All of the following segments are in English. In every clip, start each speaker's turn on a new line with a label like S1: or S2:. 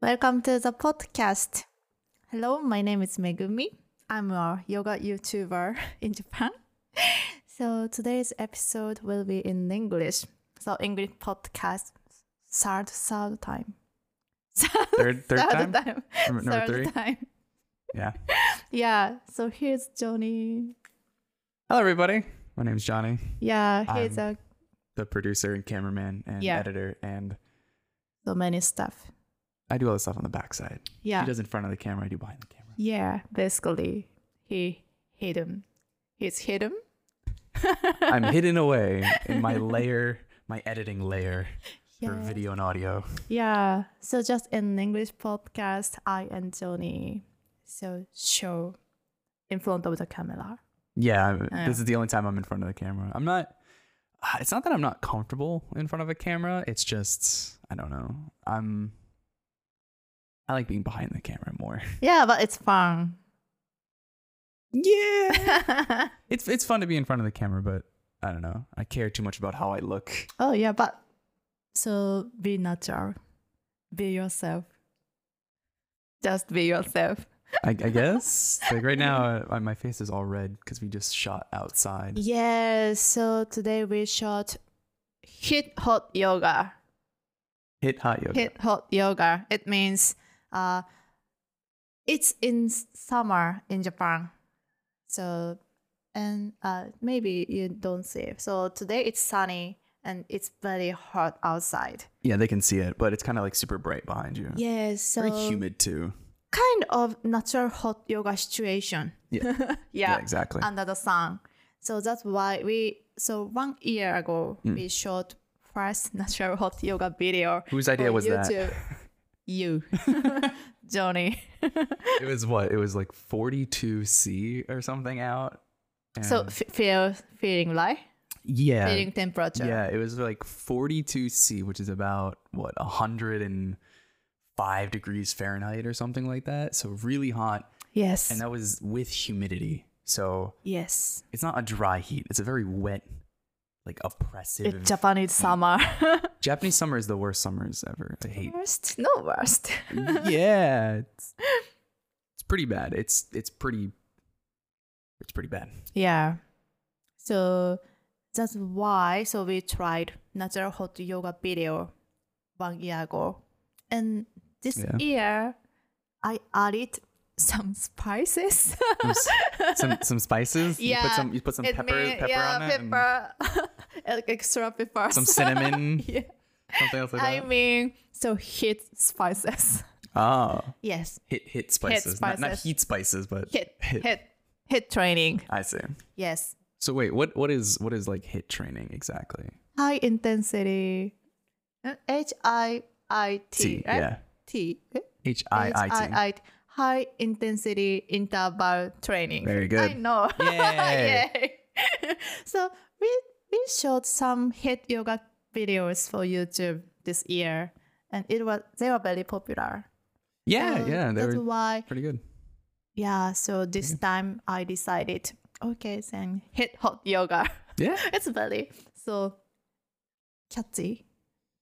S1: Welcome to the podcast. Hello, my name is Megumi. I'm a yoga YouTuber in Japan. So today's episode will be in English. So English podcast third third time.
S2: Third, third
S1: third
S2: time.
S1: time.
S2: Number, number
S1: third
S2: three.
S1: time.
S2: Yeah.
S1: Yeah. So here's Johnny.
S2: Hello, everybody. My name's Johnny,
S1: Yeah, he's a
S2: the producer and cameraman and
S1: Yeah.
S2: editor, and
S1: so many stuff.
S2: I do all this stuff on the backside.
S1: Yeah.
S2: He does in front of the camera. I do behind the camera.
S1: Yeah, basically, he hidden. He's hidden.
S2: I'm hidden away in my layer, my editing layer for
S1: Yeah.
S2: video and audio.
S1: Yeah. So just in English podcast, I and Johnny so show in front of the camera.
S2: Yeah, I'm-
S1: Yeah.
S2: this is the only time I'm in front of the camera. I'm not. ah, It's not that I'm not comfortable in front of a camera. It's just I don't know. I'm. I like being behind the camera more.
S1: Yeah, but it's fun.
S2: Yeah.
S1: oh
S2: It's it's fun to be in front of the camera, but I don't know. I care too much about how I look.
S1: Oh, yeah, but so be natural. Be yourself. Just be yourself.
S2: I, I guess like right now, uh, my face is all red because we just shot outside.
S1: Yeah, so today we shot hit hot yoga.
S2: Hit hot yoga.
S1: hit hot yoga. It means uh, it's in s- summer in Japan. So, and uh, maybe you don't see it. So today it's sunny and it's very hot outside.
S2: Yeah, they can see it, but it's kind of like super bright behind you.
S1: Yes, so
S2: Very humid too.
S1: kind of natural hot yoga situation.
S2: Yeah.
S1: yeah, Um,
S2: exactly.
S1: under the sun. So that's why we. So one year ago we shot first natural hot yoga video.
S2: Whose idea
S1: on
S2: was that?
S1: YouTube. Oh, You, Johnny.
S2: It was what? It was like 42C or something out. And
S1: So f- feel feeling like
S2: yeah.
S1: feeling temperature.
S2: Yeah, it was like 42C, which is about what 105 degrees Fahrenheit or something like that. So really hot,
S1: Yes.
S2: and that was with humidity. So
S1: yes.
S2: it's not a dry heat. It's a very wet, like oppressive.
S1: It's Japanese summer.
S2: Japanese summer is the worst summers ever. I hate.
S1: worst, no worst.
S2: yeah, it's, it's pretty bad. It's it's pretty it's pretty bad.
S1: Yeah. So that's why. So we tried natural hot yoga video one year ago, and this
S2: Yeah.
S1: year I added some spices.
S2: Some some spices. You
S1: Yeah,
S2: put some you put some
S1: It
S2: pepper
S1: mean-
S2: pepper
S1: yeah,
S2: on it. and
S1: pepper, Like extra pepper,
S2: Some cinnamon.
S1: yeah.
S2: Something else like
S1: I
S2: that.
S1: mean, so hit spices.
S2: Ah.
S1: Yes,
S2: hit hit spices, Not, not
S1: spices.
S2: heat spices, but
S1: hit hit hit training.
S2: I see.
S1: Yes,
S2: So wait, what what is what is like hit training exactly?
S1: high intensity. H I I T.
S2: T, yeah.
S1: T. eh?
S2: H I I
S1: HIIT, High intensity interval training.
S2: Very good.
S1: I know.
S2: Yay.
S1: Yay. so we we shot some hit yoga videos for YouTube this year, and it was they were very popular.
S2: T. Yeah,
S1: So
S2: yeah, they
S1: that's
S2: were
S1: why.
S2: pretty good.
S1: Yeah. So this
S2: Mm-hmm.
S1: time I decided, okay, then hit hot yoga.
S2: Yeah,
S1: it's very so catchy,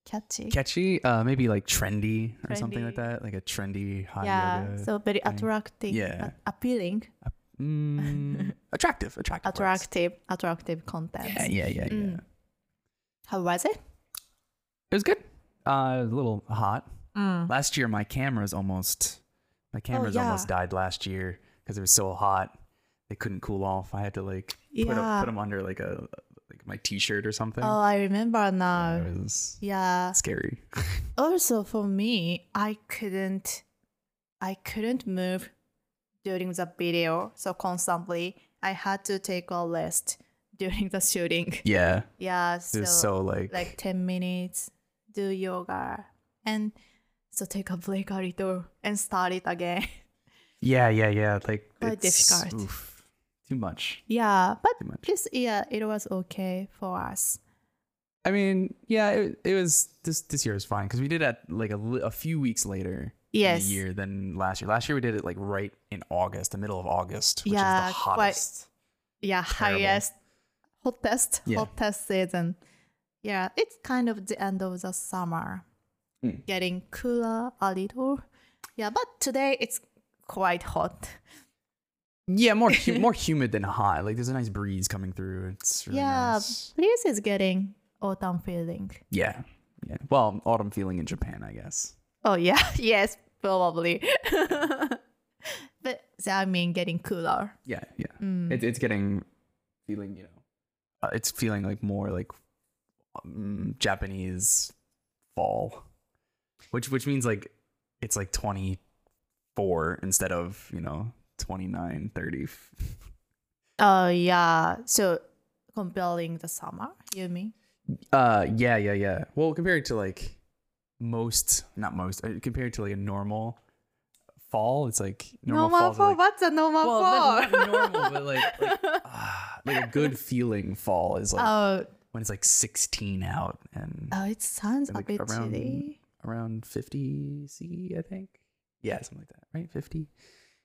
S1: catchy.
S2: catchy, uh, maybe like trendy or something like
S1: Trendy.
S2: that, like a trendy high
S1: yeah.
S2: yoga.
S1: So very attractive,
S2: Yeah.
S1: a- appealing.
S2: Mm, attractive, attractive, works.
S1: attractive attractive content
S2: Yeah, yeah, yeah, yeah.
S1: Mm. how was it
S2: It was good. Uh, a little hot. Last year, my cameras almost, my cameras almost
S1: yeah.
S2: died last year because it was so hot. They couldn't cool off. I had to like put,
S1: Yeah.
S2: a, put them under like a like my t-shirt or something.
S1: oh i remember now
S2: It was
S1: yeah
S2: scary.
S1: also for me i couldn't i couldn't move during the video so constantly i had to take a rest during the shooting
S2: yeah,
S1: yeah
S2: it
S1: so,
S2: was so like,
S1: like 10 minutes do yoga and so take a break a little and start it again
S2: yeah, yeah, yeah. Like
S1: quite
S2: it's-
S1: difficult.
S2: oof, too much.
S1: yeah but
S2: Too much.
S1: this year it was okay for us
S2: I mean, yeah, it, it was this this year was fine because we did it like a, li- a few weeks later. in
S1: Yes.
S2: The year than last year. Last year we did it like right in August, the middle of August, which
S1: Yeah,
S2: is the
S1: quite-
S2: hottest.
S1: yeah
S2: Terrible.
S1: highest hottest
S2: Yeah.
S1: hottest season yeah it's kind of the end of the summer
S2: Mm.
S1: getting cooler a little. Yeah, but today it's quite hot.
S2: Yeah, more hu- more humid than hot. Like there's a nice breeze coming through. It's really
S1: yeah,
S2: nice.
S1: this is getting autumn feeling.
S2: Yeah. Yeah. Well, autumn feeling in Japan, I guess.
S1: Oh yeah, yes, probably. but so I mean, getting cooler.
S2: Yeah, yeah.
S1: Mm.
S2: It, it's getting feeling, you know, uh, it's feeling like more like um, Japanese fall, which which means like it's like 24 instead of, you know, 29, 30.
S1: Oh yeah. So comparing the summer, you mean?
S2: Uh, yeah, yeah, yeah. Well, compared to like most, not most, uh, compared to like a normal fall, it's like
S1: Normal
S2: falls are,
S1: fall.
S2: like-
S1: What's a normal
S2: well,
S1: fall?
S2: not, not normal, but like like, ah, like a good feeling fall is like
S1: oh,
S2: when it's like 16 out and
S1: oh, it sounds
S2: Like
S1: a bit
S2: around-
S1: chilly.
S2: around 50 C, I think. Yeah, something like that, right? 50.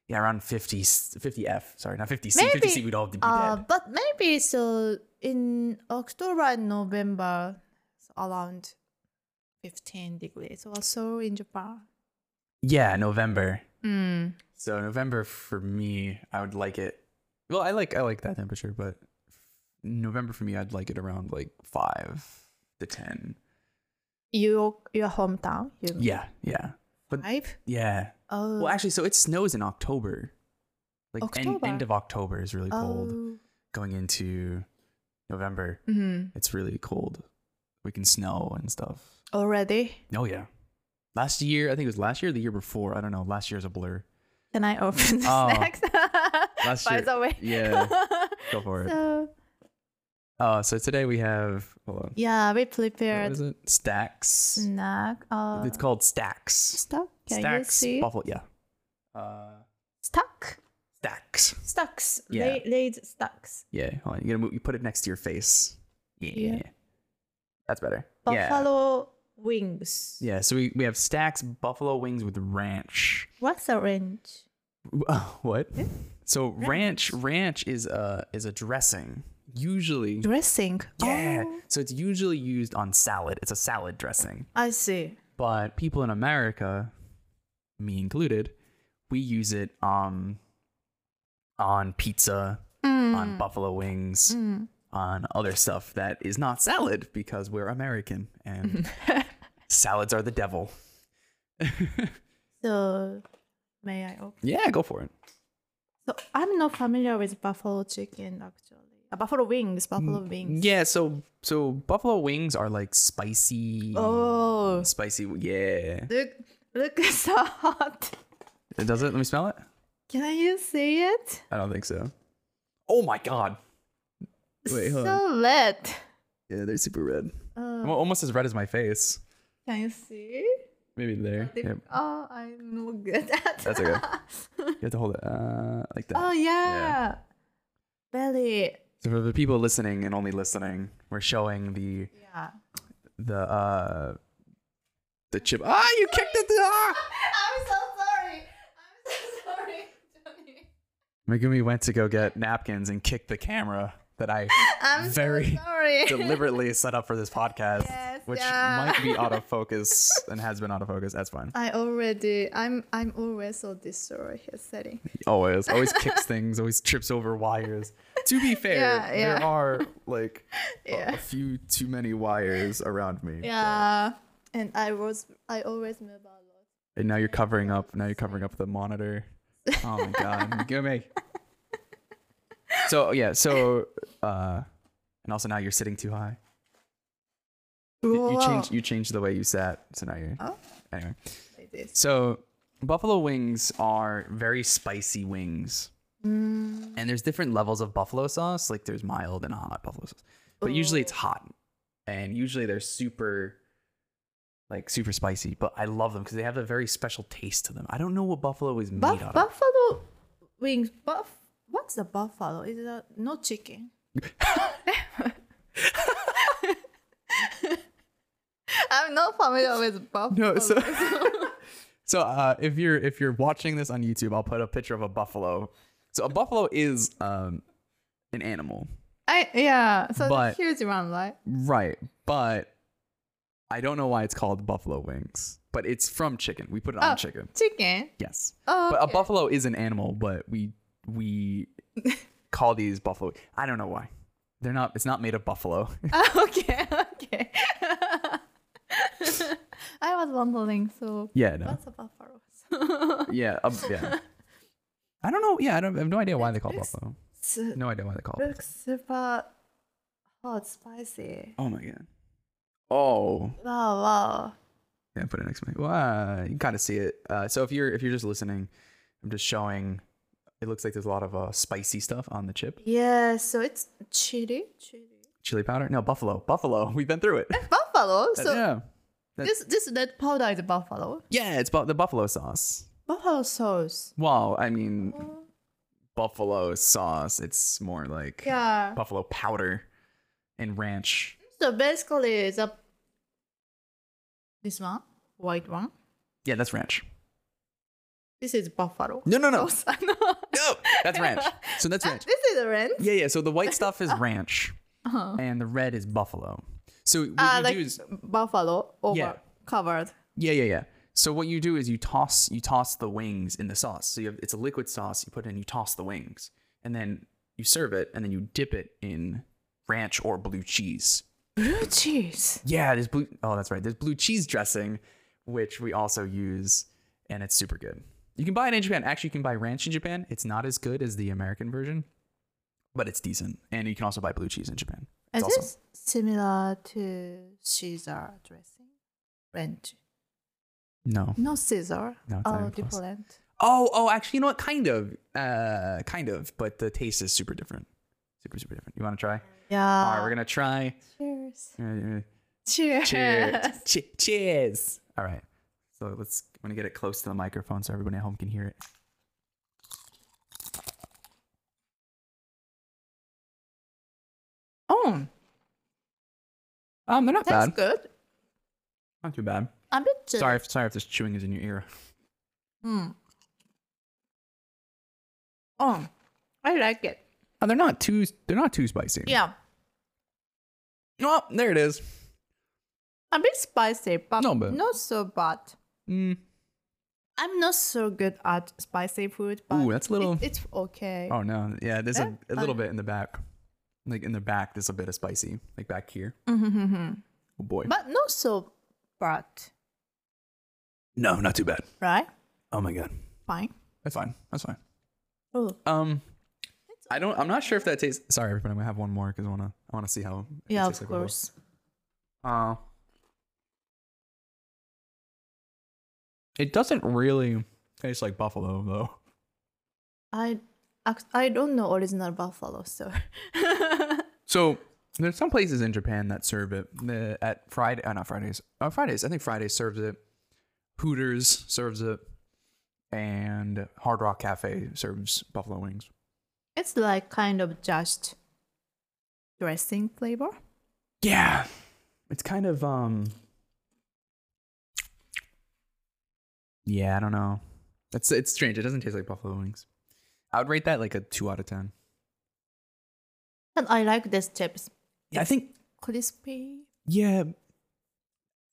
S2: Yeah, around 50, 50 F. Sorry, not 50 C. 50 C,
S1: Maybe,
S2: we'd all be
S1: Uh,
S2: dead.
S1: but maybe so in October and November, it's around fifteen degrees or so in Japan.
S2: Yeah, November.
S1: Mm.
S2: So November for me, I would like it. Well, I like I like that temperature, but November for me, I'd like it around like five to ten.
S1: Your your hometown, you mean?
S2: Yeah, yeah, but-
S1: Five?
S2: yeah.
S1: Oh,
S2: Well, actually, so it snows in October. Like End,
S1: October?
S2: end of October is really cold.
S1: oh.
S2: Going into November,
S1: Mhm.
S2: it's really cold. We can snow and stuff.
S1: already.
S2: Oh yeah. Last year, I think it was last year, or the year before. I don't know. Last year's a blur.
S1: Can I open the
S2: Oh.
S1: snacks?
S2: Last
S1: By
S2: year-
S1: the way,
S2: Yeah, go for it.
S1: so
S2: Uh, so today we have hold on.
S1: yeah, we
S2: What
S1: prepared
S2: is it? Stacks.
S1: snack. Uh,
S2: It's called stacks.
S1: stuck. Can you
S2: stacks.
S1: see?
S2: Buffalo. Yeah. Uh,
S1: Stuck.
S2: stacks.
S1: Stacks.
S2: Yeah.
S1: La- laid stacks.
S2: Yeah. Hold on. You gotta move. You put it next to your face. Yeah.
S1: Yeah.
S2: That's better. Yeah.
S1: Buffalo wings.
S2: Yeah. So we, we have stacks buffalo wings with ranch.
S1: What's a range?
S2: what? So ranch ranch is a is a dressing. Usually.
S1: Dressing.
S2: Yeah.
S1: Oh,
S2: So it's usually used on salad. It's a salad dressing.
S1: I see.
S2: But people in America, me included, we use it um on pizza, on buffalo wings, on other stuff that is not salad because we're American
S1: Mm-hmm.
S2: and salads are the devil.
S1: So, may I open?
S2: Yeah, go for it.
S1: So I'm not familiar with buffalo chicken actually. Uh, buffalo wings. Buffalo
S2: Mm,
S1: wings.
S2: Yeah, so so buffalo wings are like spicy
S1: Oh,
S2: spicy yeah.
S1: look! Look, it's so hot.
S2: Does it? Let me smell it.
S1: Can you see it?
S2: I don't think so. Oh my god. Wait, hold on.
S1: so red.
S2: Yeah, they're super red.
S1: Uh,
S2: Well, almost as red as my face.
S1: can you see?
S2: Maybe there.
S1: They-
S2: Yep.
S1: Oh, I'm no good at.
S2: That's okay. You have to hold it uh, like that.
S1: oh yeah. Belly.
S2: So for the people listening and only listening, we're showing the
S1: Yeah.
S2: the uh the chip. Ah, you kicked it. Ah!
S1: I'm so sorry. I'm so sorry, Johnny.
S2: Megumi went to go get napkins and kicked the camera that I
S1: I'm
S2: Very
S1: so sorry.
S2: deliberately set up for this podcast,
S1: Yes,
S2: which
S1: yeah.
S2: might be out of focus and has been out of focus. That's fine.
S1: I already. I'm. I'm always so disorienting.
S2: Oh, always always kicks things always trips over wires to be fair
S1: Yeah,
S2: there
S1: yeah.
S2: are like a- a,
S1: Yeah.
S2: few too many wires around me
S1: Yeah. And I was I always move a lot.
S2: and now you're covering up now you're covering up the monitor oh my god give me so yeah so uh and also now you're sitting too high you, you changed you changed the way you sat so now you're
S1: Oh.
S2: anyway
S1: like this.
S2: so buffalo wings are very spicy wings
S1: Mm,
S2: and there's different levels of buffalo sauce. Like there's mild and hot buffalo sauce, but usually it's
S1: Oh.
S2: hot, and usually they're super, like super spicy. But I love them because they have a very special taste to them. I don't know what buffalo is
S1: buff,
S2: made out of.
S1: buffalo wings. Buff. What's the buffalo? Is that no chicken? I'm not familiar with buffalo.
S2: No, so so uh, if you're if you're watching this on YouTube, I'll put a picture of a buffalo. So a buffalo is um an animal,
S1: I yeah. So
S2: But-
S1: the huge one, right?
S2: right? But I don't know why it's called buffalo wings, but it's from chicken. We put it on
S1: Oh.
S2: chicken.
S1: chicken.
S2: Yes.
S1: Oh,
S2: But a
S1: okay.
S2: buffalo is an animal, but we we call these buffalo. I don't know why. They're not. It's not made of buffalo. um,
S1: Ah, okay, okay. I was wondering. So
S2: yeah. No.
S1: what's a buffalo?
S2: Yeah. a- yeah. I don't know. Yeah. I don't. I have no idea why they call it buffalo.
S1: Su-
S2: No idea why they call it.
S1: looks super hot, spicy.
S2: Oh my god. Oh.
S1: Wow, wow.
S2: Yeah. Put it next to me. Well, uh, you can kind of see it. Uh, so if you're if you're just listening, I'm just showing. It looks like there's a lot of uh, spicy stuff on the chip.
S1: Yeah, so it's chili, chili.
S2: Chili powder? No, buffalo. Buffalo. We've been through it.
S1: Buffalo. So
S2: yeah. that-
S1: this this red powder is buffalo.
S2: Yeah, it's bu- the buffalo sauce.
S1: Buffalo sauce.
S2: Well, I mean, buffalo sauce. It's more like
S1: Yeah.
S2: buffalo powder and ranch.
S1: So basically, the this one, white one.
S2: Yeah, that's ranch.
S1: This is buffalo.
S2: No, no, no.
S1: sauce. no.
S2: No, that's ranch. So that's ranch.
S1: This is ranch.
S2: Yeah, yeah. So the white stuff is ranch,
S1: Uh-huh.
S2: and the red is buffalo. So what
S1: Uh,
S2: you
S1: like
S2: do is
S1: buffalo over
S2: Yeah.
S1: covered.
S2: yeah, yeah, yeah. So what you do is you toss you toss the wings in the sauce. So you have, it's a liquid sauce. You put it in, you toss the wings, and then you serve it, and then you dip it in ranch or blue cheese.
S1: Blue cheese.
S2: Yeah, there's blue. Oh, that's right. There's blue cheese dressing, which we also use, and it's super good. You can buy it in Japan. Actually, you can buy ranch in Japan. It's not as good as the American version, but it's decent. And you can also buy blue cheese in Japan.
S1: Is
S2: It's awesome.
S1: this similar to Caesar dressing? Ranch.
S2: No.
S1: No Caesar.
S2: No, it's not
S1: oh,
S2: even close.
S1: different.
S2: Oh, oh, actually, you know what? Kind of. Uh, kind of. But the taste is super different. Super, super different. You want to try?
S1: Yeah.
S2: All right, we're gonna try.
S1: Cheers.
S2: Uh, uh,
S1: Cheers.
S2: Cheers. Che- cheers. All right. So let's. I'm gonna get it close to the microphone so everybody at home can hear it.
S1: Oh,
S2: Um, they're not
S1: that's
S2: bad.
S1: good.
S2: Not too bad.
S1: A bit. chili.
S2: Sorry, if, sorry if this chewing is in your ear.
S1: Hmm. Oh, I like it.
S2: Oh, they're not too. They're not too spicy.
S1: Yeah,
S2: Oh, there it is.
S1: a bit spicy, but
S2: No, but-
S1: not so bad.
S2: Mm.
S1: I'm not so good at spicy food, but
S2: Ooh, that's a little.
S1: it- it's okay.
S2: oh no, yeah, there's a,
S1: Eh?
S2: a little bit in the back, like in the back. There's a bit of spicy, like back here.
S1: Mhm.
S2: Oh boy.
S1: but not so bad,
S2: No, not too bad.
S1: right?
S2: Oh my god,
S1: Fine.
S2: that's fine. That's fine.
S1: Oh,
S2: Um, I don't. I'm not sure if that tastes. Sorry, everybody. I'm gonna have one more because I wanna. I wanna see how. if it
S1: yeah, of
S2: tastes like a whole-
S1: course.
S2: Uh, it doesn't really taste like buffalo though.
S1: I ac- I don't know original buffalo, so
S2: So there's some places in Japan that serve it The- at Friday, uh, not Fridays. Uh, Fridays, I think Fridays serves it. Hooters serves it, and Hard Rock Cafe serves buffalo wings.
S1: it's like kind of just dressing flavor.
S2: Yeah, it's kind of um. Yeah, I don't know. It's it's strange. It doesn't taste like buffalo wings. I would rate that like a two out of ten.
S1: And I like these chips,
S2: Yeah, I think
S1: crispy.
S2: Yeah.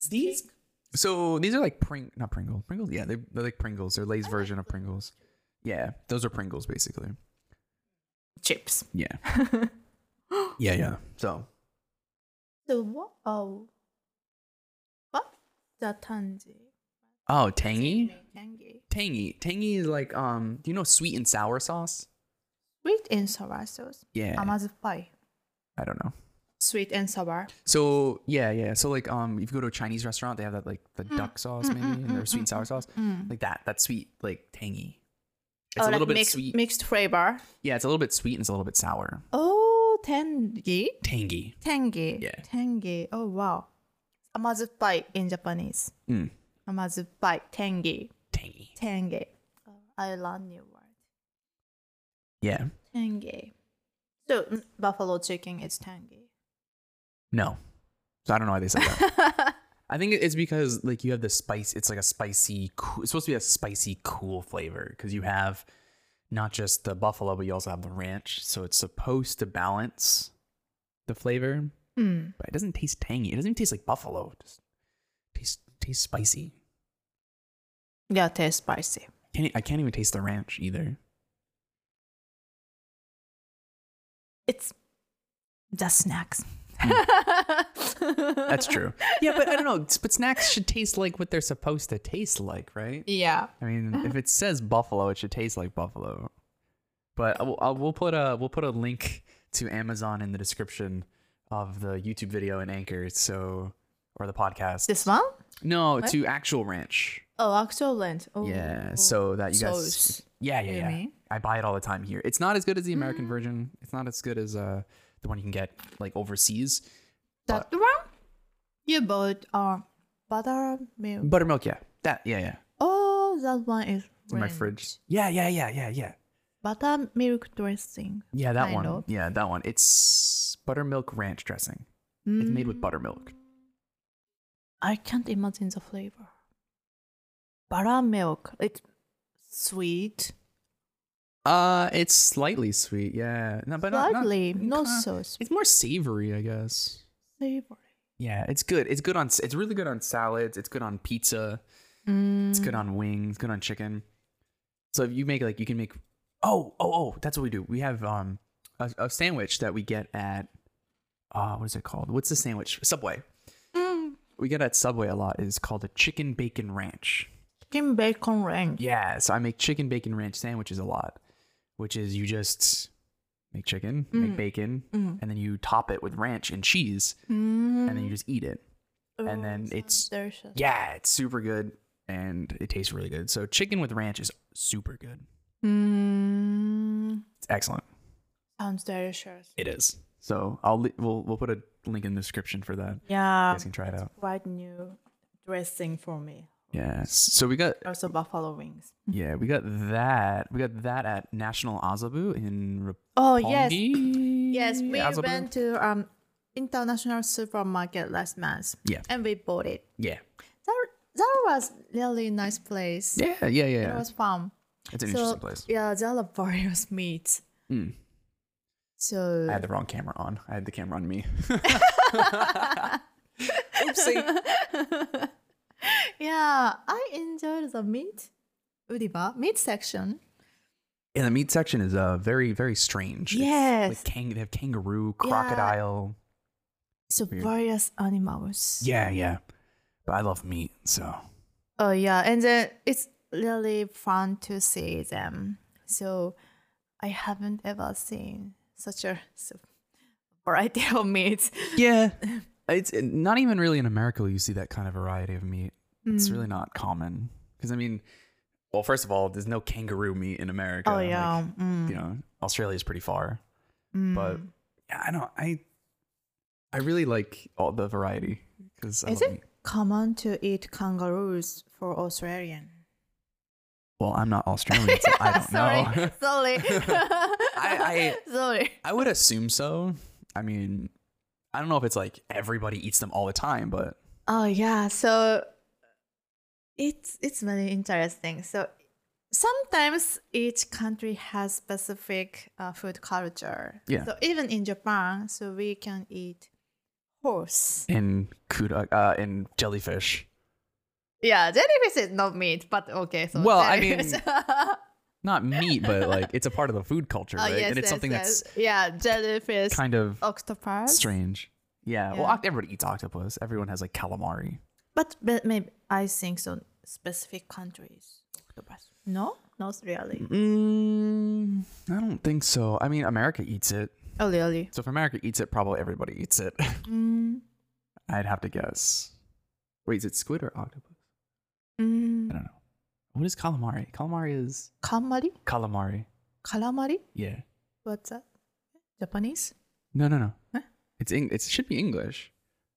S2: These so these are like Pring not Pringles. Pringles, yeah, they they're like Pringles. They're Lay's version of Pringles. Yeah. Those are Pringles basically.
S1: chips.
S2: Yeah. yeah, yeah. So
S1: So what? Oh, what? The tangy.
S2: Oh, tangy?
S1: Tangy.
S2: Tangy. Tangy is like um do you know sweet and sour sauce?
S1: Sweet and sour sauce.
S2: Yeah.
S1: Amazpai.
S2: I don't know.
S1: Sweet and sour.
S2: So yeah, yeah. So like um if you go to a Chinese restaurant, they have that like
S1: Mm,
S2: the duck sauce maybe and their sweet and sour sauce. Like that. That sweet, like tangy. It's
S1: Oh,
S2: a little
S1: like
S2: bit
S1: mixed,
S2: sweet.
S1: Mixed flavor.
S2: Yeah, it's a little bit sweet and it's a little bit sour.
S1: Oh, tangy.
S2: Tangy.
S1: Tangy.
S2: Yeah.
S1: Tangy. Oh, wow. Amazupai in Japanese.
S2: Mm.
S1: Amazupai. Tangy.
S2: Tangy.
S1: Tangy. Oh, I learned new word.
S2: Yeah.
S1: Tangy. So, mm, buffalo chicken is tangy.
S2: No. So I don't know why they said that. I think it's because like you have the spice. It's like a spicy. Cool, it's supposed to be a spicy, cool flavor because you have not just the buffalo, but you also have the ranch. So it's supposed to balance the flavor,
S1: Mm. Hmm.
S2: but it doesn't taste tangy. It doesn't even taste like buffalo. Just tastes spicy.
S1: Yeah, it tastes spicy.
S2: Can't, e, I can't even taste the ranch either.
S1: It's just snacks.
S2: Hmm. That's true. Yeah, but I don't know. But snacks should taste like what they're supposed to taste like, right?
S1: Yeah.
S2: I mean, if it says buffalo, it should taste like buffalo. But I will, I will put a we'll put a link to Amazon in the description of the YouTube video and Anchor, so or the podcast.
S1: This one?
S2: no, to actual ranch.
S1: Oh, actual lent. Oh,
S2: Yeah, so that you guys.
S1: Sauce.
S2: Yeah, yeah,
S1: You
S2: yeah.
S1: mean? Mm.
S2: I buy it all the time here. It's not as good as the American version. It's not as good as uh the one you can get like overseas.
S1: that one? You bought um buttermilk.
S2: Buttermilk, yeah. That, yeah, yeah.
S1: Oh, that one is
S2: In my
S1: ranch.
S2: fridge. Yeah, yeah, yeah, yeah, yeah.
S1: Buttermilk dressing.
S2: Yeah, that
S1: Kind
S2: one.
S1: of.
S2: Yeah, that one. It's buttermilk ranch dressing. It's made
S1: Mm.
S2: with buttermilk.
S1: Hmm. I can't imagine the flavor. Buttermilk. It's sweet.
S2: Uh, it's slightly sweet. Yeah, no, but not- not-
S1: Slightly, not
S2: uh,
S1: so sweet.
S2: It's more savory, I guess.
S1: Savory.
S2: Yeah, it's good. It's good on. s- It's really good on salads. It's good on pizza.
S1: Hmm.
S2: It's good
S1: Mm.
S2: on wings. Good on chicken. So if you make like you can make. Oh, oh, oh! That's what we do. We have um a, a sandwich that we get at. Uh, what is it called? What's the sandwich? Subway. We get at Subway a lot. It's called a chicken bacon ranch.
S1: Chicken bacon ranch.
S2: Yeah, so I make chicken bacon ranch sandwiches a lot, which is you just make chicken,
S1: Mm.
S2: make bacon, and then you top it with ranch and cheese, and
S1: Mm.
S2: then you just eat it. and then it's
S1: Hmm. Delicious.
S2: yeah, it's super good and it tastes really good. So chicken with ranch is super good.
S1: Mm,
S2: It's excellent.
S1: sounds delicious.
S2: It is. So I'll li- we'll we'll put a link in the description for that. You
S1: Yeah,
S2: guys can try it out.
S1: quite new dressing for me.
S2: Yeah. So we got
S1: Also buffalo wings.
S2: yeah we got that we got that at National Azabu in
S1: Oh yes,
S2: Roppongi.
S1: yes. We
S2: Azabu?
S1: went to um international supermarket last month.
S2: Yeah.
S1: and we bought it.
S2: Yeah.
S1: That that was really nice place.
S2: Yeah, yeah, yeah.
S1: It
S2: yeah.
S1: was fun.
S2: It's an
S1: so
S2: interesting place.
S1: yeah, there are various meats.
S2: Mm.
S1: So
S2: I had the wrong camera on. I had the camera on me. Oopsie.
S1: yeah, I enjoyed the meat, Udiba meat section.
S2: And the meat section is uh very very strange. It's
S1: Yes.
S2: like kang- they have kangaroo, crocodile.
S1: So various animals.
S2: Yeah, yeah. But I love meat, so
S1: Oh yeah, and then it's really fun to see them. So I haven't ever seen such a so variety of meats.
S2: yeah. It's it- not even really in America will you see that kind of variety of meat. It's
S1: Mm.
S2: really not common because I mean, well, first of all, there's no kangaroo meat in America.
S1: Oh
S2: Like,
S1: yeah, mm,
S2: you know, Australia's pretty far.
S1: mm.
S2: but yeah, I don't. I I really like all the variety because
S1: is it common to eat kangaroos for Australian?
S2: Well, I'm not Australian, so I don't know.
S1: sorry, sorry.
S2: I-
S1: sorry.
S2: I would assume so. I mean, I don't know if it's like everybody eats them all the time, but
S1: Oh yeah, so it's it's very interesting. So sometimes each country has specific uh, food culture.
S2: Yeah.
S1: So even in Japan, so we can eat horse.
S2: in kuda uh, in jellyfish,
S1: Yeah, jellyfish is not meat, but okay. So
S2: Well, I
S1: jellyfish.
S2: mean, not meat, but like it's a part of the food culture,
S1: Oh,
S2: right?
S1: yes,
S2: and it's
S1: yes,
S2: something
S1: yes. yeah, jellyfish,
S2: that's kind of
S1: octopus.
S2: strange. Yeah. Well,
S1: Yeah.
S2: oct- everybody eats octopus. Everyone has like calamari.
S1: But, but maybe I think so. Specific countries, octopus. No, not really.
S2: Mm, I don't think so. I mean, America eats it.
S1: Oh, really?
S2: So if America eats it, probably everybody eats it.
S1: Mm,
S2: I'd have to guess. Wait, is it squid or octopus? I
S1: Mm.
S2: don't know. What is calamari? Calamari is
S1: Calamari.
S2: calamari.
S1: Calamari?
S2: Yeah.
S1: What's that? Japanese?
S2: No, no, no.
S1: Huh?
S2: It's Eng- it should be English.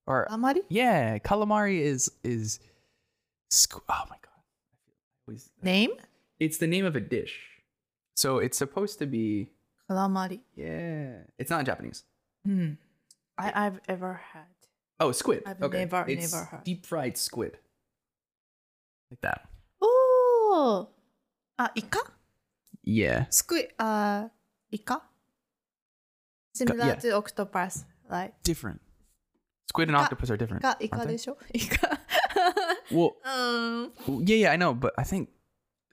S2: Or
S1: Calamari?
S2: yeah, calamari is is squ- Oh my god. Always-
S1: Name?
S2: It's the name of a dish. So it's supposed to be
S1: Calamari.
S2: yeah. It's not in Japanese.
S1: Hmm. I, I've ever had.
S2: Oh, squid.
S1: I've
S2: okay.
S1: never-
S2: It's
S1: never heard.
S2: Deep fried squid. Like that.
S1: Oh! Uh, Ika?
S2: Yeah.
S1: Squid. Uh, Ika? Similar
S2: yeah.
S1: to octopus, right?
S2: different. Squid and
S1: Ika-
S2: octopus are different.
S1: Ika,
S2: aren't
S1: Ika
S2: they?
S1: desho? Ika.
S2: Well,
S1: um,
S2: yeah, yeah, I know, but I think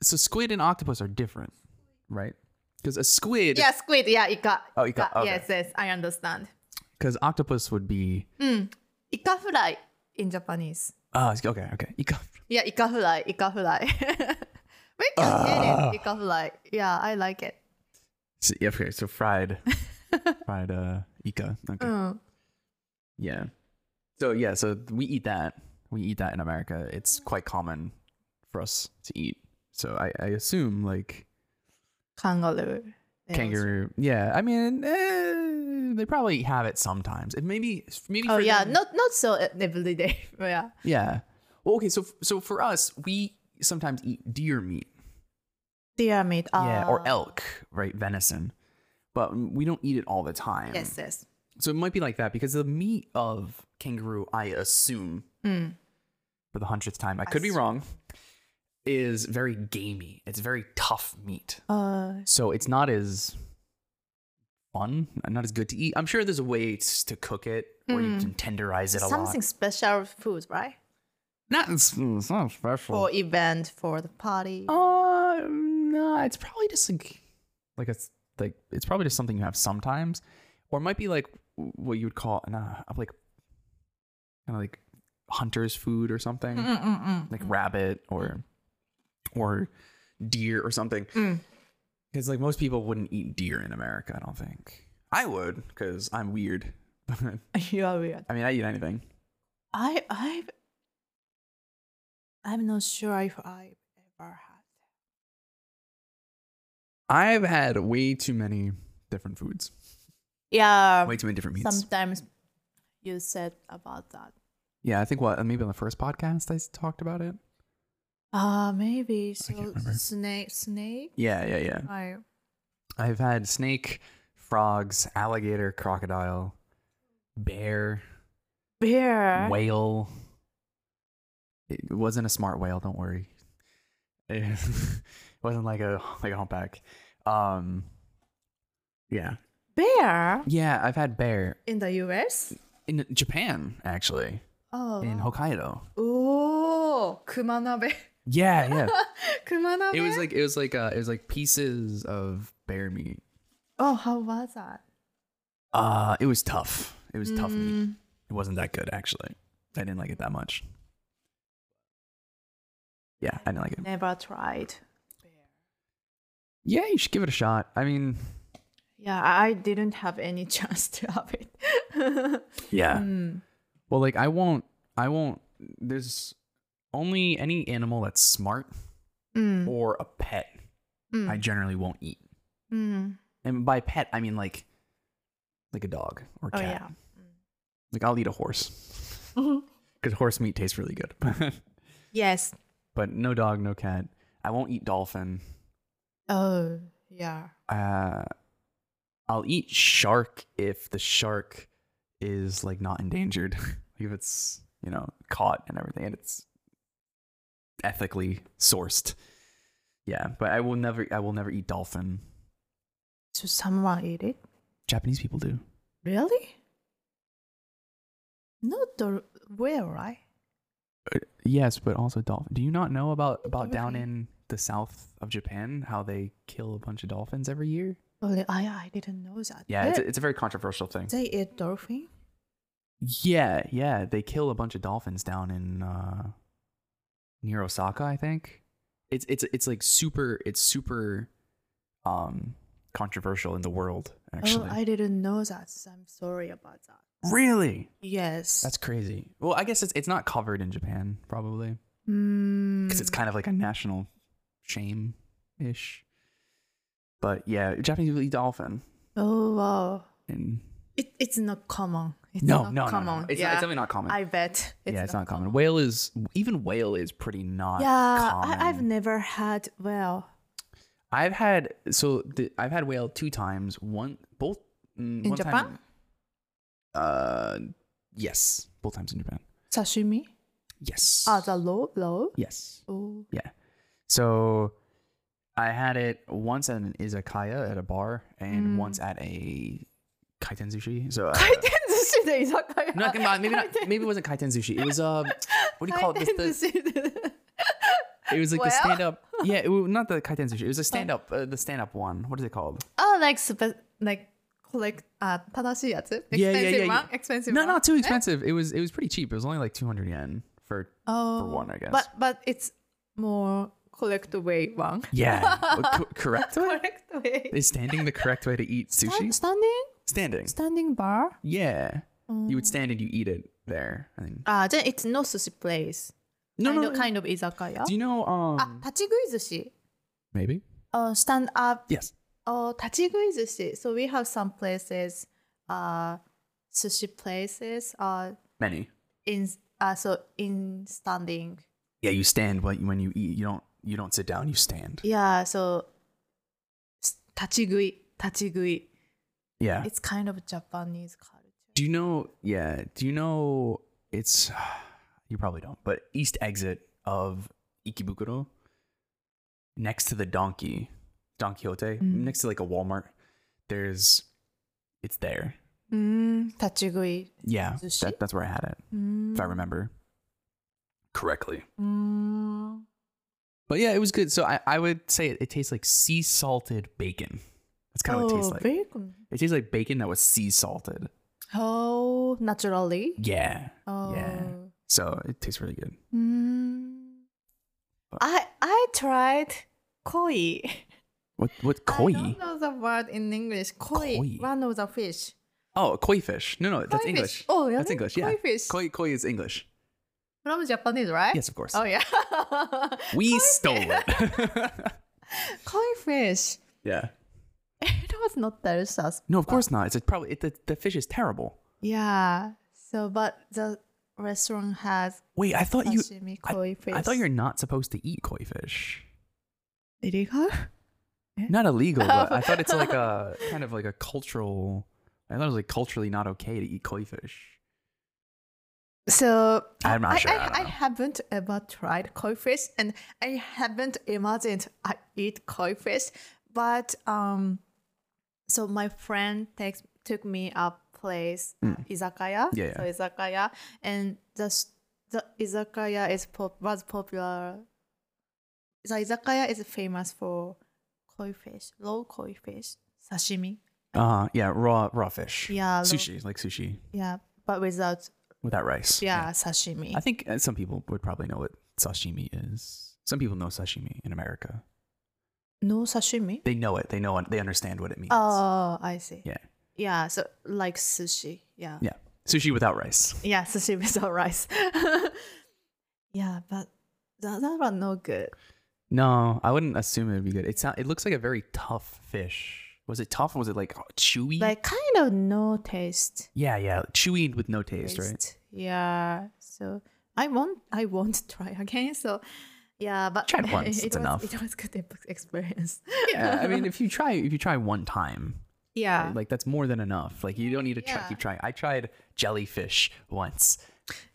S2: so. Squid and octopus are different, right? Because a squid,
S1: yeah, squid. Yeah, Ika.
S2: Oh, Ika, okay.
S1: Yes, yes, I understand.
S2: because octopus would be.
S1: Ika fry in Japanese.
S2: Oh, it's- okay, okay. Ika-
S1: Yeah, Ika fry, Ika fry. we can
S2: Ah.
S1: get it, Ika fry. Yeah, I like it.
S2: So, yeah, okay, so fried, fried uh, Ika. Okay.
S1: Mm.
S2: Yeah. So yeah, so we eat that. We eat that in America. It's quite common for us to eat. So I, I assume like
S1: Kangaroo. nails.
S2: kangaroo. Yeah, I mean eh, they probably have it sometimes. It maybe maybe.
S1: Oh
S2: for
S1: yeah,
S2: them-
S1: not not so every day. but yeah.
S2: Yeah. Well, okay. So f- so for us, we sometimes eat deer meat.
S1: Deer meat.
S2: yeah,
S1: ah.
S2: or elk, right? Venison. But we don't eat it all the time.
S1: Yes, yes.
S2: So it might be like that because the meat of kangaroo, I assume,
S1: Mm.
S2: for the hundredth time, I could be
S1: Assume.
S2: wrong, is very gamey. It's very tough meat.
S1: Uh,
S2: So it's not as fun, not as good to eat. I'm sure there's a way s- to cook it or you can tenderize it a
S1: something
S2: lot.
S1: special food, right?
S2: Not, it's, it's not special.
S1: For event, for the party.
S2: Uh, no, it's probably just like, like it's like it's probably just something you have sometimes, or it might be like what you would call nah, like kind of like hunter's food or something,
S1: mm,
S2: like rabbit or or deer or something.
S1: Mm.
S2: Because like most people wouldn't eat deer in America, I don't think. I would because I'm weird. I
S1: you are weird.
S2: mean, I eat anything.
S1: I I I'm not sure if I ever had.
S2: I've had way too many different foods,
S1: Yeah,
S2: way too many different meats.
S1: sometimes you said about that.
S2: Yeah, I think what maybe on the first podcast I s- talked about it.
S1: Ah, maybe
S2: can't
S1: so.
S2: remember.
S1: Snake, snake.
S2: Yeah, yeah, yeah.
S1: I
S2: I've had snake, frogs, alligator, crocodile, bear,
S1: bear.
S2: whale. It wasn't a smart whale, don't worry. It wasn't like a like a humpback. Um Yeah.
S1: Bear
S2: Yeah, I've had bear
S1: in the U.S.
S2: in Japan actually,
S1: Oh.
S2: in Hokkaido.
S1: oh, Kumanabe.
S2: Yeah, yeah.
S1: Kumanabe.
S2: it was like it was like uh it was like pieces of bear meat.
S1: Oh, how was that?
S2: Uh, it was tough. It was tough meat.
S1: Mm,
S2: It wasn't that good actually. I didn't like it that much. Yeah, I didn't like it.
S1: Never tried.
S2: Yeah, you should give it a shot. I mean,
S1: Yeah, I I didn't have any chance to have it.
S2: yeah.
S1: Mm.
S2: Well, like I won't I won't there's only any animal that's smart
S1: Mm.
S2: or a pet
S1: Mm.
S2: I generally won't eat.
S1: Mm.
S2: And by pet, I mean like like a dog or
S1: Oh
S2: cat.
S1: yeah. Oh.
S2: Like I'll eat a horse. Cuz horse meat tastes really good.
S1: Yes.
S2: but no dog, no cat. I won't eat dolphin.
S1: Oh yeah.
S2: uh, I'll eat shark if the shark is like not endangered, if it's you know caught and everything, and it's ethically sourced. Yeah, but I will never, I will never eat dolphin.
S1: So someone eat it?
S2: Japanese people do.
S1: Really? Not the whale, right?
S2: Yes, but also dolphin. Do you not know about about down
S1: Okay.
S2: in the south of Japan how they kill a bunch of dolphins every year?
S1: Only I I didn't know that.
S2: Yeah, it's
S1: They-
S2: a, it's a very controversial thing.
S1: they eat dolphin.
S2: Yeah, yeah, they kill a bunch of dolphins down in uh near Osaka, I think. It's it's it's like super it's super um controversial in the world actually.
S1: Oh, I didn't know that. So I'm sorry about that.
S2: Really?
S1: Yes.
S2: That's crazy. Well, I guess it's it's not covered in Japan probably
S1: mm.
S2: because it's kind of like a national shame ish. But yeah, Japanese people eat dolphin
S1: Oh wow.
S2: and
S1: It, it's not common. It's
S2: no,
S1: not
S2: no, no, no,
S1: common.
S2: It's,
S1: yeah.
S2: not, it's definitely not common.
S1: I bet.
S2: yeah, it's not common. Whale is even whale is pretty not
S1: Yeah,
S2: common.
S1: I, I've never had whale.
S2: I've had so the, I've had whale two times. One both mm,
S1: In
S2: one time-
S1: Japan?
S2: uh, yes, both times in Japan.
S1: Sashimi?
S2: Yes.
S1: Ah, the low, low.
S2: yes.
S1: Oh.
S2: Yeah. So I had it once at an
S1: Mm.
S2: izakaya at a bar, and once at a kaiten sushi. So uh,
S1: Kaiten sushi. で居酒屋
S2: Not gonna- maybe not. Maybe it wasn't kaiten sushi. It was uh, what do you call it?
S1: 回
S2: This,
S1: 転寿
S2: the,
S1: 司で
S2: it was like the
S1: Well?
S2: stand up. Yeah, it, wa- not the kaiten sushi. It was a stand up. Uh, the stand up one. What is it called?
S1: Oh, like, spe- like, collect, あ、正しいやつ
S2: Yeah, yeah,
S1: Expensive
S2: yeah,
S1: one?
S2: yeah.
S1: Expensive
S2: No,
S1: one?
S2: not too expensive. It was it was pretty cheap. It was only like two hundred yen for
S1: Oh,
S2: for one, I guess.
S1: But, but it's more correct way one.
S2: yeah, Co- correct. way?
S1: correct way.
S2: Is standing the correct way to eat sushi?
S1: standing?
S2: Standing.
S1: Standing bar?
S2: Yeah, you
S1: Oh.
S2: would stand and you eat it there. I think.
S1: Ah, then it's no sushi place.
S2: No,
S1: kind
S2: no.
S1: Of, kind of izakaya.
S2: Do you know?
S1: Ah,
S2: Um,
S1: 立ち食い寿司
S2: maybe.
S1: Uh, stand up.
S2: Yes.
S1: Oh, 立ち食い寿司 So we have some places, uh, sushi places, uh,
S2: Many.
S1: in, uh, so in standing.
S2: Yeah, you stand when when you eat. You don't you don't sit down. You stand.
S1: Yeah, so 立ち食い、立ち食い。
S2: Yeah.
S1: It's kind of Japanese culture.
S2: Do you know? Yeah. Do you know? It's you probably don't, but east exit of Ikebukuro, next to the donkey, Don Quixote,
S1: Mm-hmm.
S2: next to like a Walmart. There's, it's there.
S1: うん、立ち食い。
S2: Yeah,
S1: Sushi?
S2: that, that's where I had it,
S1: うん。
S2: Mm. if I remember correctly.
S1: うん。
S2: But yeah, it was good. So I, I would say it, it tastes like sea salted bacon. That's kind of what it tastes
S1: Oh,
S2: like.
S1: bacon.
S2: It tastes like bacon that was sea salted.
S1: Oh, naturally.
S2: Yeah.
S1: Oh.
S2: Yeah. So it tastes really good.
S1: Mm. I I tried koi.
S2: What what
S1: I
S2: koi?
S1: don't know the word in English. Koi,
S2: Koi.
S1: one of the fish.
S2: Oh, koi fish. No, no, that's
S1: Koi
S2: English.
S1: Fish. Oh, really?
S2: That's English. Yeah.
S1: Koi fish.
S2: Koi, koi is English.
S1: From Japanese, right?
S2: Yes, of course.
S1: Oh yeah.
S2: we
S1: Koi
S2: stole
S1: fish.
S2: it.
S1: koi fish.
S2: yeah.
S1: It was not delicious.
S2: No, of course not. It's probably it, the the fish is terrible.
S1: Yeah. So, but the restaurant has
S2: Wait, I thought you.
S1: sashimi
S2: I-
S1: koi fish.
S2: I thought you're not supposed to eat koi fish.
S1: illegal. Eh?
S2: Not illegal, but I thought it's
S1: Oh.
S2: like a kind of like a cultural. I thought it was like culturally not okay to eat koi fish.
S1: So
S2: I'm not
S1: I,
S2: sure,
S1: I,
S2: I don't know.
S1: haven't ever tried koi fish, and I haven't imagined I eat koi fish. But um, so my friend takes took me a place uh, izakaya.
S2: Mm. Yeah,
S1: So izakaya, and the s- the izakaya is pop was popular. The izakaya is famous for koi fish, raw koi fish, sashimi.
S2: Uh yeah, raw raw fish.
S1: Yeah, raw-
S2: sushi like sushi
S1: Yeah, but without
S2: without rice.
S1: yeah, sashimi.
S2: I think uh, some people would probably know what sashimi is. Some people know sashimi in America.
S1: No sashimi.
S2: They know it. They know it. They understand what it means.
S1: Oh, I see.
S2: Yeah.
S1: Yeah, so like sushi. Yeah. Yeah,
S2: Yeah. Sushi without rice.
S1: sushi without rice. yeah, but that, that was no good.
S2: No, I wouldn't assume it would be good. It sound, It looks like a very tough fish. Was it tough? Was it like chewy?
S1: Like kind of no taste.
S2: yeah, yeah, chewy with no taste, right?
S1: taste. Yeah. So I won't I won't try again. So yeah, but
S2: Tried once,
S1: it
S2: it's
S1: was,
S2: enough.
S1: It was good ex- experience.
S2: Yeah, I mean, if you try, if you try one time,
S1: yeah.
S2: like that's more than enough. Like you don't need to try,
S1: Yeah.
S2: keep trying. I tried jellyfish once.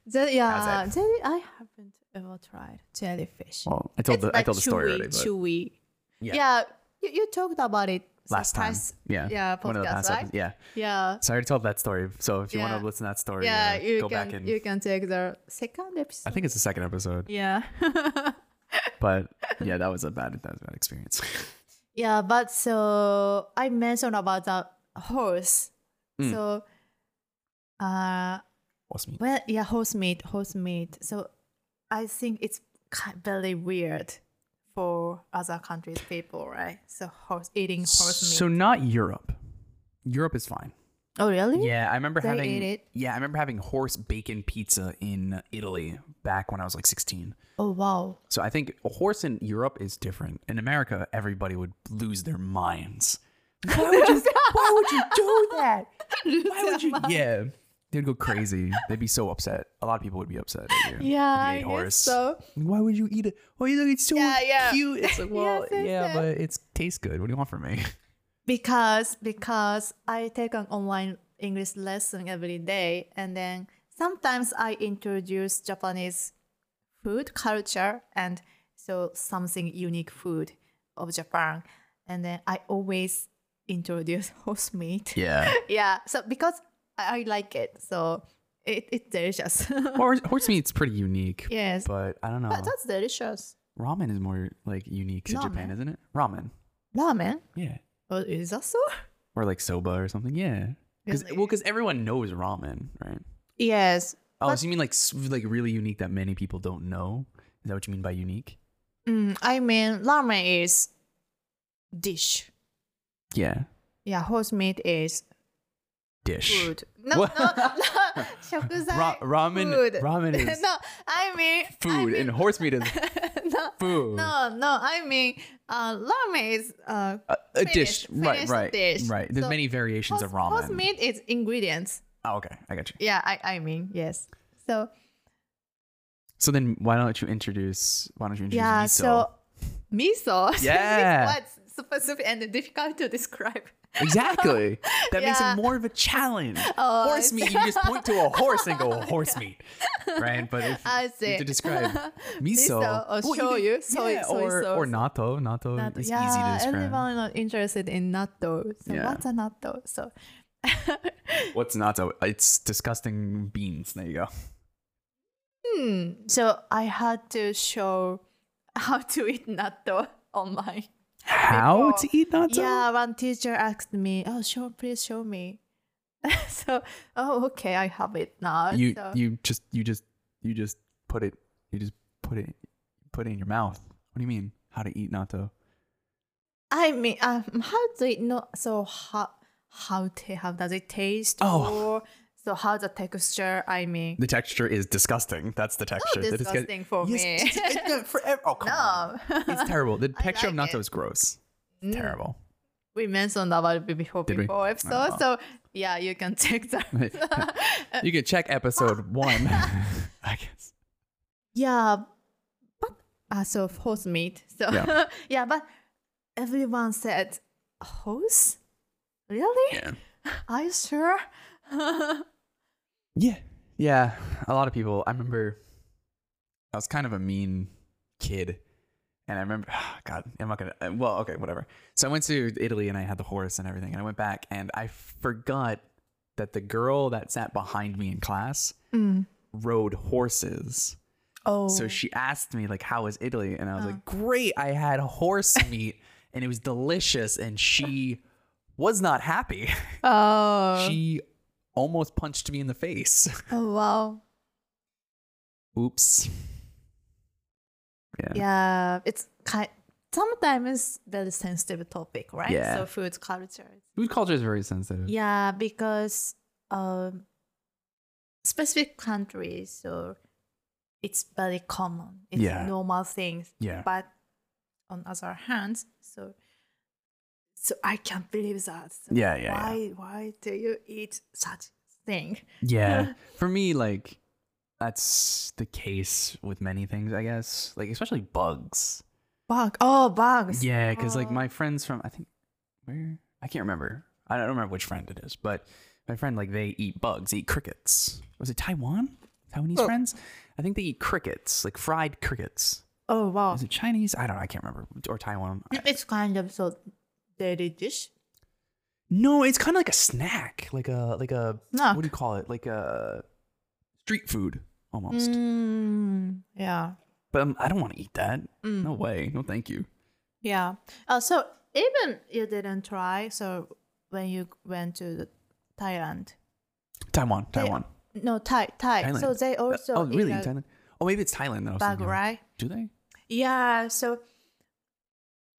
S1: The- yeah.
S2: How's
S1: Jelly, I haven't ever tried jellyfish.
S2: Well, I told
S1: It's
S2: the I
S1: like
S2: told the story
S1: chewy,
S2: already, but
S1: chewy.
S2: Yeah.
S1: Yeah. you, you talked about it
S2: last time,
S1: sometimes.
S2: yeah,
S1: yeah,
S2: one of the
S1: podcast,
S2: past
S1: right?
S2: episodes- yeah.
S1: Yeah.
S2: So I already told that story. So if you want
S1: Yeah.
S2: to listen to that story,
S1: Yeah,
S2: uh,
S1: you
S2: go
S1: can
S2: back and
S1: you can take the second
S2: I
S1: episode.
S2: think it's the second episode.
S1: Yeah.
S2: But yeah, that was a bad that was a bad experience.
S1: yeah, but so I mentioned about the horse.
S2: Mm.
S1: So uh
S2: What's me?
S1: well yeah, horse meat, horse meat. So I think it's ki- very weird for other countries people, right? So horse eating horse meat.
S2: So not Europe. Europe is fine.
S1: oh really?
S2: Yeah, I remember
S1: They
S2: having
S1: ate it?
S2: Yeah, I remember having horse bacon pizza in Italy back when I was like 16.
S1: Oh wow.
S2: So I think a horse in Europe is different. In America, everybody would lose their minds. Why would you, why would you do that? Why would you? Yeah. They'd go crazy. They'd be so upset. A lot of people would be upset. at you if you
S1: Yeah, I
S2: ate
S1: guess so.
S2: Why would you eat it? Oh, you look, it's so
S1: Yeah, yeah.
S2: cute. It's like, well,
S1: Yes, yes,
S2: yeah,
S1: yes.
S2: but it's tastes good. What do you want from me?
S1: because because I take an online English lesson every day, and then sometimes I introduce Japanese food culture and so something unique food of Japan, and then I always introduce horse meat.
S2: Yeah.
S1: Yeah, so because I, I like it. So it, it's delicious.
S2: Horse, horse meat's pretty unique.
S1: yes. But,
S2: But I don't know.
S1: that's delicious.
S2: ramen is more like unique to Japan,
S1: Ramen?
S2: isn't it? Ramen.
S1: Ramen?
S2: Yeah.
S1: Oh, is that so?
S2: Or like soba or something. Yeah. Cause,
S1: Really?
S2: Well, because everyone knows ramen, right?
S1: Yes.
S2: Oh,
S1: But-
S2: so you mean like s- like really unique that many people don't know? Is that what you mean by unique?
S1: Mm, I mean, ramen is dish.
S2: Yeah.
S1: Yeah, horse meat is
S2: Dish.
S1: food. No,
S2: What?
S1: no, no. 食材
S2: Ra- ramen-
S1: food.
S2: ramen is
S1: no, I mean
S2: Food
S1: I mean,
S2: and horse meat is
S1: no,
S2: food.
S1: no, no. I mean, uh, ramen is uh,
S2: A, a
S1: finished-
S2: dish. Right,
S1: finished
S2: right.
S1: dish.
S2: Right. There's
S1: So,
S2: many variations
S1: horse,
S2: of ramen.
S1: horse meat is ingredients.
S2: Oh, okay. I got you.
S1: Yeah, I, I mean, yes. So
S2: So then why don't you introduce why don't you introduce
S1: yeah,
S2: miso?
S1: so miso. is
S2: Yeah.
S1: what's specific and difficult to describe.
S2: Exactly. That makes
S1: Yeah.
S2: it more of a challenge.
S1: Oh, I
S2: horse meat, you just point to a horse and go horse meat. Right? But if
S1: I
S2: you
S1: see.
S2: have to describe miso,
S1: Uh, Miso or
S2: you
S1: shoyu,
S2: can-
S1: soy-
S2: yeah,
S1: soy
S2: or,
S1: sauce.
S2: or natto. Natto,
S1: natto.
S2: is easy to
S1: yeah,
S2: describe.
S1: everyone not interested in natto. So
S2: Yeah.
S1: what's a natto? So
S2: What's natto? It's disgusting beans. There you go.
S1: hmm. So I had to show how to eat natto online.
S2: How
S1: Before-
S2: to eat natto?
S1: Yeah, one teacher asked me, "Oh, show, please show me." so, oh, okay, I have it now.
S2: You
S1: so.
S2: you just you just you just put it you just put it put it in your mouth. What do you mean? How to eat natto?
S1: I mean, um, how do it know? So how how ta- how does it taste?
S2: Oh.
S1: Or, so how the texture? I mean,
S2: The texture is disgusting. That's the texture. The disgu-
S1: disgusting for
S2: Yes,
S1: me.
S2: it's- it's- it's- for ev- oh, come on.
S1: no,
S2: It's terrible. The texture
S1: like it.
S2: of natto is gross. It's Terrible.
S1: we mentioned about it before
S2: Did we?
S1: before episode.
S2: Oh.
S1: So yeah, you can check that.
S2: You can check episode one. I guess.
S1: yeah, but uh, so horse meat. So yeah.
S2: Yeah.
S1: but everyone said horse. Really?
S2: Yeah.
S1: Are you sure?
S2: Yeah. Yeah. A lot of people. I remember I was kind of a mean kid. And I remember, God, I'm not going to, well, okay, whatever. So I went to Italy and I had the horse and everything. And I went back and I forgot that the girl that sat behind me in class rode horses.
S1: Mm, oh,
S2: So she asked me, like, how is Italy? And I was like, great. I had horse meat and it was delicious. And she was not happy.
S1: oh,
S2: she almost punched me in the face.
S1: oh, wow.
S2: Oops. Yeah.
S1: yeah it's kind sometimes it's very sensitive topic right
S2: Yeah.
S1: so food culture
S2: Food culture is very sensitive.
S1: yeah because um specific countries so it's very common it's
S2: Yeah.
S1: normal things
S2: Yeah.
S1: but on other hand so so i can't believe that So
S2: Yeah, yeah, yeah.
S1: why why do you eat such thing
S2: Yeah. For me, like, that's the case with many things, I guess. Like, especially bugs.
S1: bug oh bugs
S2: Yeah, because, like,
S1: Oh.
S2: my friends from, I think, where? I can't remember. I don't remember which friend it is, but my friend, like, they eat bugs, they eat crickets. Was it Taiwan? Taiwanese
S1: Oh.
S2: friends? I think they eat crickets, like fried crickets.
S1: oh wow
S2: Is it Chinese? I don't know. I can't remember. Or Taiwan. I-
S1: it's kind of so daily dish
S2: No, it's kind of like a snack, like a like a
S1: Snack.
S2: what do you call it? Like a street food almost.
S1: Mm, yeah.
S2: But um, I don't want to eat that.
S1: Mm.
S2: No way. No, thank you.
S1: Yeah. Uh, so even you didn't try. So when you went to the Thailand,
S2: Taiwan, Taiwan.
S1: no Thai, Thai.
S2: Thailand.
S1: So they also
S2: oh, really?
S1: eat
S2: In
S1: a
S2: Thailand? Oh, maybe it's Thailand. That I was
S1: bug,
S2: thinking of.
S1: right?
S2: Do they?
S1: Yeah. So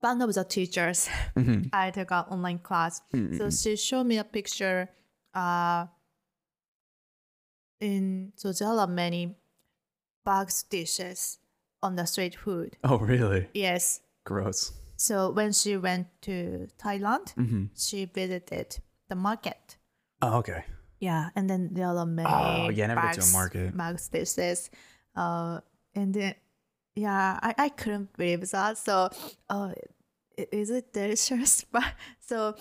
S1: one of the teachers
S2: Mhm.
S1: I took an online class.
S2: Mm-hmm.
S1: So she showed me a picture. Uh, in so there are many bugs dishes on the street food.
S2: Oh, really?
S1: Yes.
S2: Gross.
S1: So when she went to Thailand,
S2: Mm-hmm.
S1: she visited the market.
S2: Oh, okay.
S1: Yeah, and then there are many.
S2: Oh, yeah, I never go to a
S1: bags-
S2: market.
S1: Bag spaces, uh, and then yeah, I, I couldn't believe that. So, uh, i- is it delicious? But so,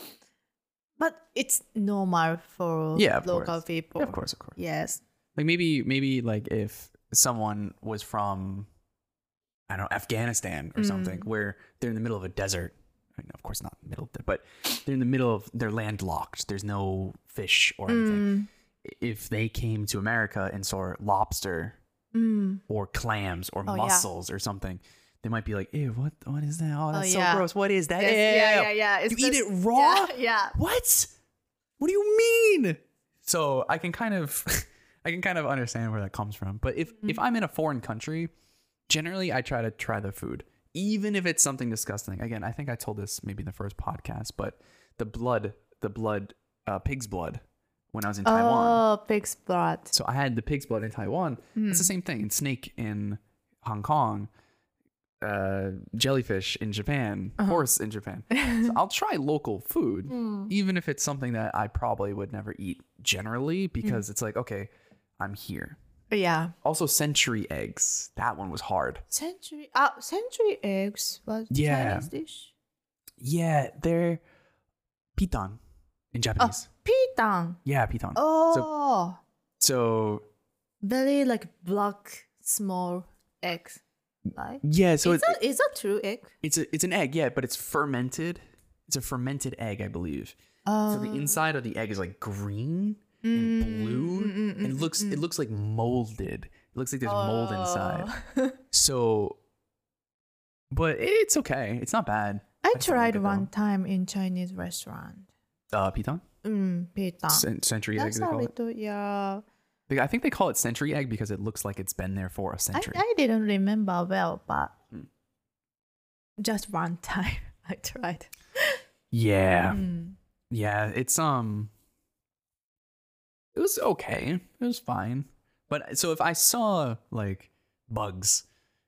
S1: but it's normal for
S2: Yeah, of
S1: local
S2: course.
S1: people.
S2: of course, of course.
S1: Yes.
S2: Like maybe, maybe like if someone was from, I don't know, Afghanistan or
S1: Mm.
S2: something, where they're in the middle of a desert. I mean, of course,
S1: Mm.
S2: not in the middle, of the- but they're in the middle of they're landlocked. There's no fish or anything, if they came to America and saw lobster
S1: Mm.
S2: or clams or
S1: Oh, yeah.
S2: mussels or something, they might be like, "Ew, what? What is that? Oh, that's so
S1: yeah.
S2: gross. What is that?
S1: Yes,
S2: Ew."
S1: yeah, yeah, yeah. It's
S2: You eat
S1: just-
S2: it raw?
S1: Yeah, yeah.
S2: What? What do you mean?" So I can kind of, I can kind of understand where that comes from. But if if I'm in a foreign country, generally I try to try the food, even if it's something disgusting. Again, I think I told this maybe in the first podcast, but the blood, the blood, uh, pig's blood, when I was in Taiwan.
S1: Oh, pig's blood.
S2: So I had the pig's blood in Taiwan.
S1: Hmm.
S2: It's the same thing. And snake in Hong Kong, uh, jellyfish in Japan,
S1: Uh-huh.
S2: horse in Japan. so I'll try local food,
S1: Hmm.
S2: even if it's something that I probably would never eat generally,
S1: Hmm.
S2: because it's like, okay, I'm here.
S1: Yeah.
S2: Also, century eggs. That one was hard.
S1: Century. Ah, century eggs was
S2: Yeah.
S1: Chinese dish.
S2: Yeah, they're pitan in
S1: Oh,
S2: Japanese.
S1: pitang.
S2: Yeah, pitan.
S1: Oh,
S2: So
S1: very like black small eggs. Like.
S2: yeah, so
S1: is
S2: it-
S1: that is that true egg?
S2: it's a it's an egg, yeah, but it's fermented. It's a fermented egg, I believe. so
S1: Um,
S2: the inside of the egg is like green and
S1: Mm,
S2: blue, and it looks it looks like molded. It looks like
S1: Oh.
S2: there's mold inside. So, but it's okay. It's not bad.
S1: I
S2: just don't like
S1: tried
S2: it, though.
S1: one time in Chinese restaurant.
S2: Uh, piton
S1: Mm, pitang.
S2: Cen- century egg.
S1: That's
S2: They
S1: a
S2: call it.
S1: little, yeah.
S2: They- I think they call it century egg because it looks like it's been there for a
S1: I,
S2: century. Hmm.
S1: I didn't remember well, but just one time I tried.
S2: yeah,
S1: Mm.
S2: yeah. It's um, it was okay. It was fine. But so if I saw like bugs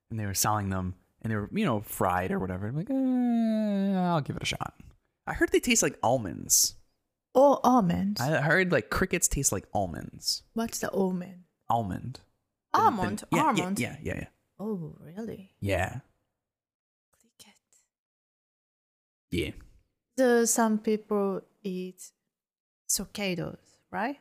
S2: and they were selling them and they were, you know, fried or whatever, I'm like, eh, I'll give it a shot. I heard they taste like almonds.
S1: Oh, almonds.
S2: I heard like crickets taste like almonds.
S1: What's the almond?
S2: Almond. The- the-
S1: Almond.
S2: yeah, yeah,
S1: almond.
S2: Yeah, yeah, yeah.
S1: Oh, really?
S2: Yeah.
S1: Cricket.
S2: Yeah.
S1: So some people eat cicadas, right?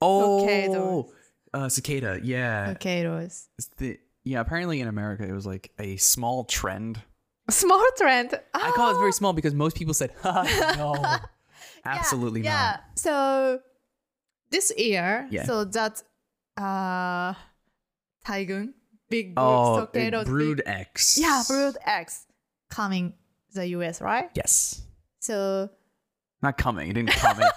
S2: Oh,
S1: Cicadas.
S2: Uh, cicada. Yeah.
S1: Cicadas.
S2: It's the, yeah. Apparently in America, it was like a small trend.
S1: Small trend. Ah,
S2: I call it very small because most people said, "Ha, no, absolutely
S1: yeah.
S2: not.
S1: So this year,
S2: Yeah.
S1: so that uh, Taigun big brood
S2: Oh,
S1: cicadas,
S2: brood
S1: big-
S2: X.
S1: yeah, brood eggs coming the U.S. right?
S2: Yes.
S1: So
S2: Not coming. It didn't come.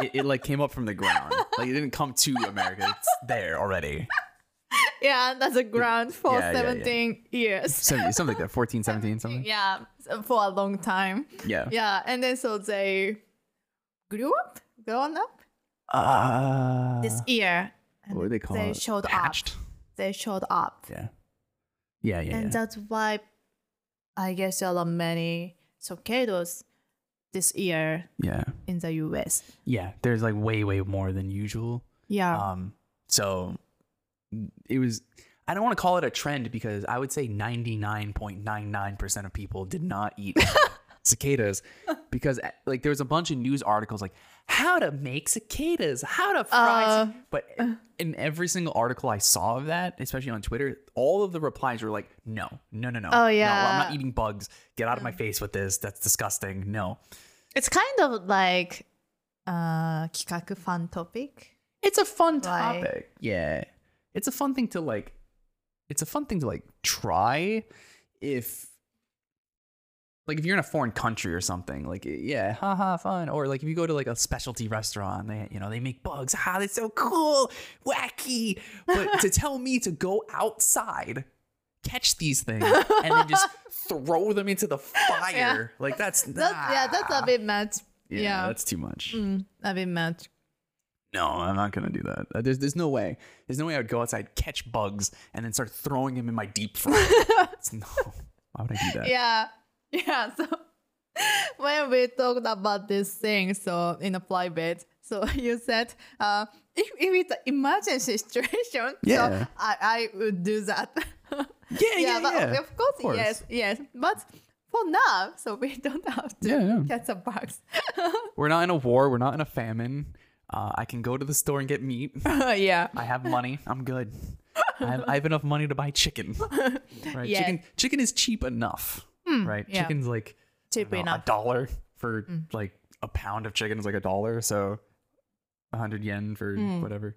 S2: It, it, it, like came up from the ground. Like it didn't come to America. It's there already.
S1: yeah, that's a ground for
S2: yeah, yeah, yeah.
S1: seventeen years.
S2: Some- Something like that. 14, 17, something.
S1: Yeah, so for a long time.
S2: Yeah.
S1: Yeah, and then so they grew up, grown up
S2: Uh,
S1: this year. And
S2: what do they call
S1: they
S2: it?
S1: showed up.
S2: Hatched?
S1: they showed up.
S2: Yeah. Yeah, yeah,
S1: and uh,
S2: yeah.
S1: that's why I guess there are many cicadas this year
S2: yeah.
S1: in the US.
S2: Yeah. There's like way, way more than usual.
S1: Yeah.
S2: Um, so it was. I don't want to call it a trend because I would say 99.99% of people did not eat cicadas because eh, like there was a bunch of news articles like how to make cicadas, how to fry,
S1: Uh,
S2: cic-" but in every single article I saw of that, especially on Twitter, all of the replies were like no, no, no, no.
S1: Oh,
S2: No, I'm
S1: yeah.
S2: not eating bugs. Get out of my face with this. That's disgusting. No.
S1: it's kind of like uh kikaku fan topic.
S2: it's a fun
S1: Right.
S2: topic. Yeah. It's a fun thing to like it's a fun thing to like try if like if you're in a foreign country or something, like yeah, haha, fun. Or like if you go to like a specialty restaurant, they you know they make bugs. Ha, that's so cool, wacky. But to tell me to go outside, catch these things, and then just throw them into the fire, like that's
S1: That's, Yeah, that's a
S2: nah.
S1: bit much.
S2: Ah. yeah,
S1: yeah.
S2: that's too much.
S1: Mm, a bit much.
S2: No, I'm not gonna do that. Uh, There's there's no way. There's no way I would go outside, catch bugs, and then start throwing them in my deep fryer. It's- no, why would I do that?
S1: Yeah. Yeah. So when we talked about this thing, so in a private, so you said, uh, if, if it's an emergency situation,
S2: Yeah.
S1: so I, I would do that.
S2: Yeah, yeah, yeah.
S1: but of- Of, course,
S2: Of course.
S1: yes, yes. But for now, so we don't have to
S2: Yeah, yeah.
S1: catch a box.
S2: We're not in a war. We're not in a famine. Uh, I can go to the store and get meat.
S1: yeah.
S2: I have money. I'm good. I have, I have enough money to buy chicken. Right?
S1: Yeah. Hmm,
S2: Chicken chicken is cheap enough. right?
S1: yeah.
S2: Chicken's like
S1: Cheap
S2: know,
S1: enough.
S2: a dollar for like a pound of chicken is like a dollar. So 100 yen for
S1: Mm.
S2: whatever.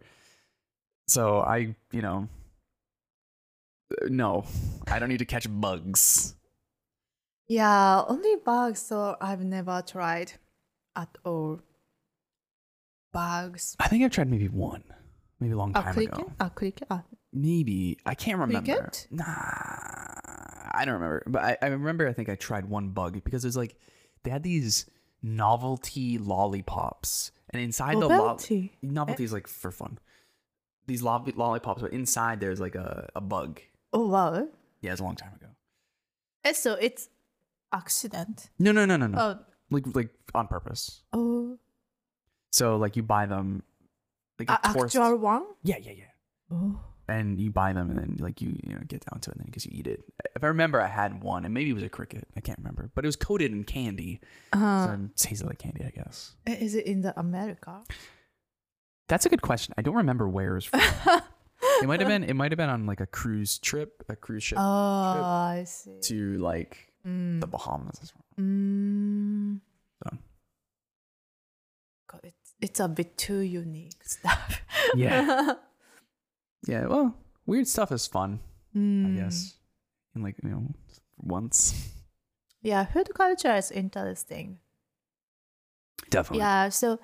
S2: So I, you know, uh, no, I don't need to catch bugs.
S1: Yeah, only bugs, so I've never tried at all. Bugs.
S2: I think I've tried maybe one, maybe a long
S1: A
S2: time
S1: cricket?
S2: ago.
S1: A cricket? Ah,
S2: Maybe I can't remember.
S1: Cricket?
S2: Nah, I don't remember. But I, I remember. I think I tried one bug because it was like they had these novelty lollipops, and inside
S1: Novelty?
S2: the lo- novelty is like for fun. These lo- lollipops, but inside there's like a, a bug.
S1: oh, wow.
S2: Yeah, it's a long time ago.
S1: Eh, So it's accident.
S2: No, no, no, no, no.
S1: Oh,
S2: like like on purpose.
S1: oh
S2: So like you buy them, like
S1: a-
S2: a torso-
S1: actual one?
S2: Yeah, yeah, yeah.
S1: Oh.
S2: and you buy them and then like you you know get down to it and then because you eat it if i remember i had one and maybe it was a cricket i can't remember but it was coated in candy so
S1: Uh,
S2: it tasted like candy i guess
S1: eh, is it in the America?
S2: that's a good question i don't remember where it was from it might have been it might have been on like a cruise trip a cruise ship
S1: Oh, I see.
S2: to like
S1: Mm.
S2: the bahamas
S1: Mm.
S2: So.
S1: God, it's, it's a bit too unique stuff.
S2: Yeah. yeah well weird stuff is fun
S1: Mm.
S2: i guess and like you know once
S1: Yeah, food culture is interesting.
S2: definitely
S1: Yeah, so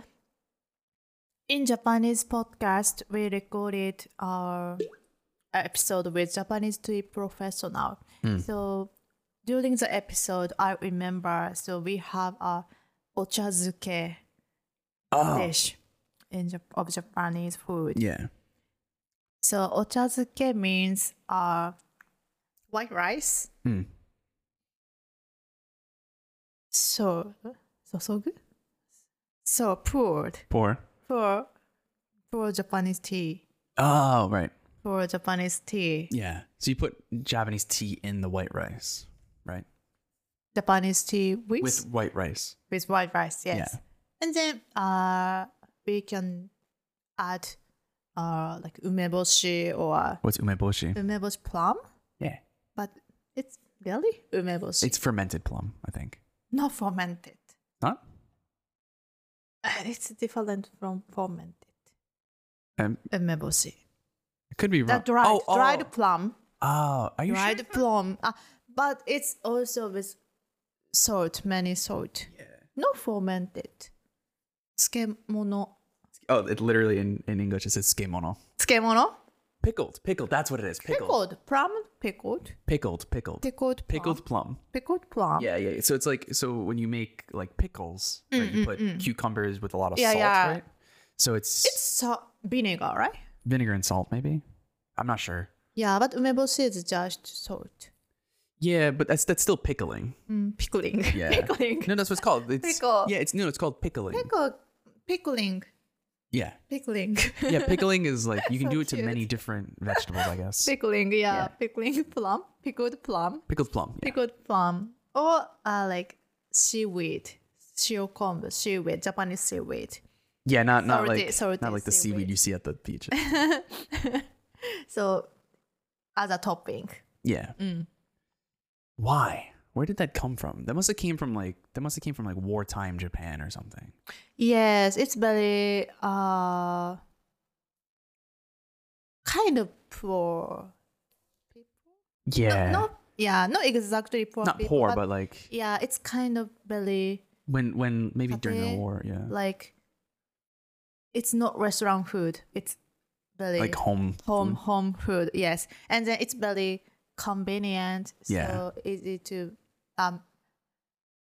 S1: in Japanese podcast, we recorded our episode with Japanese tea professional.
S2: Mm.
S1: So during the episode, I remember, so we have a ochazuke
S2: oh
S1: dish in Jap- of Japanese food.
S2: yeah
S1: So ochazuke means uh, white rice.
S2: Mm.
S1: So, so so good. So poured
S2: poor
S1: for for Japanese tea
S2: oh right
S1: for Japanese tea
S2: Yeah. So you put Japanese tea in the white rice, right?
S1: Japanese tea with
S2: With
S1: with,
S2: white rice.
S1: white rice. Yes, and then uh we can add uh like umeboshi or
S2: What's umeboshi?
S1: umeboshi plum,
S2: Yeah.
S1: but it's really umeboshi.
S2: It's fermented plum, I think.
S1: not fermented.
S2: Not?
S1: Uh, It's different from fermented
S2: Um,
S1: umeboshi.
S2: it could be wrong.
S1: That dried
S2: oh,
S1: dried
S2: Oh,
S1: plum.
S2: oh, are you
S1: dried
S2: sure?
S1: plum. Uh, but it's also with salt, many salt.
S2: Yeah.
S1: No fermented. Tsukemono.
S2: Oh, it literally in, in English it says skemono.
S1: Tsukemono?
S2: Pickled, pickled. That's what it is. Pickled, pickled,
S1: Pickled. Plum pickled.
S2: pickled, pickled,
S1: Pickled plum.
S2: pickled plum.
S1: Pickled plum.
S2: Yeah, yeah. So it's like so when you make like pickles, right, you put cucumbers with a lot of
S1: Mm, Yeah,
S2: salt,
S1: yeah.
S2: right? So it's,
S1: It's so vinegar, right?
S2: vinegar and salt, maybe. I'm not sure.
S1: Yeah, but umeboshi is just salt.
S2: Yeah, but that's that's still pickling.
S1: Mm, pickling.
S2: Yeah.
S1: pickling.
S2: No, that's what it's called. It's,
S1: Pickle.
S2: Yeah, it's no, it's called pickling.
S1: Pickle. Pickling.
S2: Yeah.
S1: Pickling.
S2: Yeah, pickling is like you can
S1: So
S2: do it to
S1: cute.
S2: many different vegetables, I guess.
S1: pickling, yeah. Pickling plum. Pickled plum.
S2: Pickled plum. Yeah.
S1: pickled plum or uh, like seaweed, shiokombu, seaweed, Japanese seaweed.
S2: Yeah, not not
S1: Sourdough-
S2: like
S1: sourdough
S2: not like the
S1: seaweed.
S2: seaweed. you see at the beach.
S1: So as a topping.
S2: yeah.
S1: Mm.
S2: Why? Where did that come from? That must have came from like that must have came from like wartime Japan or something.
S1: Yes, it's very uh kind of poor.
S2: Yeah.
S1: No, yeah, not exactly poor.
S2: not
S1: people,
S2: poor, but, like
S1: yeah, it's kind of very
S2: when when maybe during the
S1: Kate,
S2: war, yeah. Like,
S1: like it's not restaurant food. It's very
S2: home
S1: home
S2: food.
S1: home food yes and then it's very convenient so
S2: Yeah.
S1: easy to um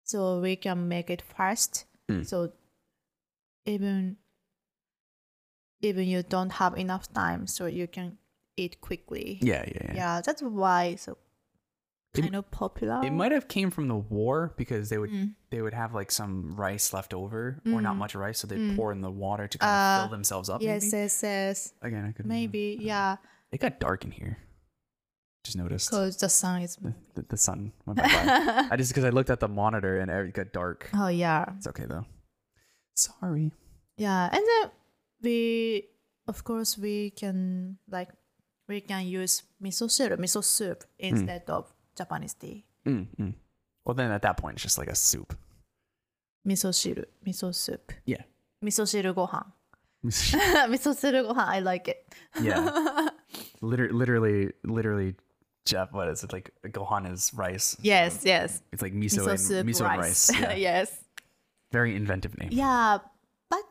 S1: so we can make it fast
S2: Mm.
S1: so even even you don't have enough time so you can eat quickly
S2: Yeah, yeah, yeah.
S1: yeah that's why so
S2: It-
S1: kind of popular
S2: It might have came from the war because they would
S1: Mm.
S2: they would have like some rice left over or not
S1: Mm.
S2: much rice, so they'd
S1: Mm.
S2: pour in the water to kind of
S1: Uh,
S2: fill themselves up.
S1: yes
S2: maybe?
S1: yes yes
S2: again, I could
S1: maybe yeah
S2: It got dark in here. Just noticed the,
S1: because the sun is
S2: the, the sun went by. I just because I looked at the monitor and it got dark.
S1: oh yeah
S2: It's okay though. Sorry.
S1: Yeah, and then we, of course, we can like we can use miso soup, miso soup
S2: Hmm.
S1: instead of Japanese tea.
S2: Mm, mm. Well, then at that point, it's just like a soup.
S1: Miso shiru, miso soup,
S2: Yeah.
S1: miso shiru gohan. miso gohan. I like it.
S2: Yeah. Liter- literally, literally, Jeff, what is it? Like, gohan is rice.
S1: Yes, yes.
S2: It's like miso,
S1: Miso
S2: and
S1: soup,
S2: miso and
S1: rice.
S2: rice. Yeah.
S1: yes.
S2: Very inventive name.
S1: Yeah, but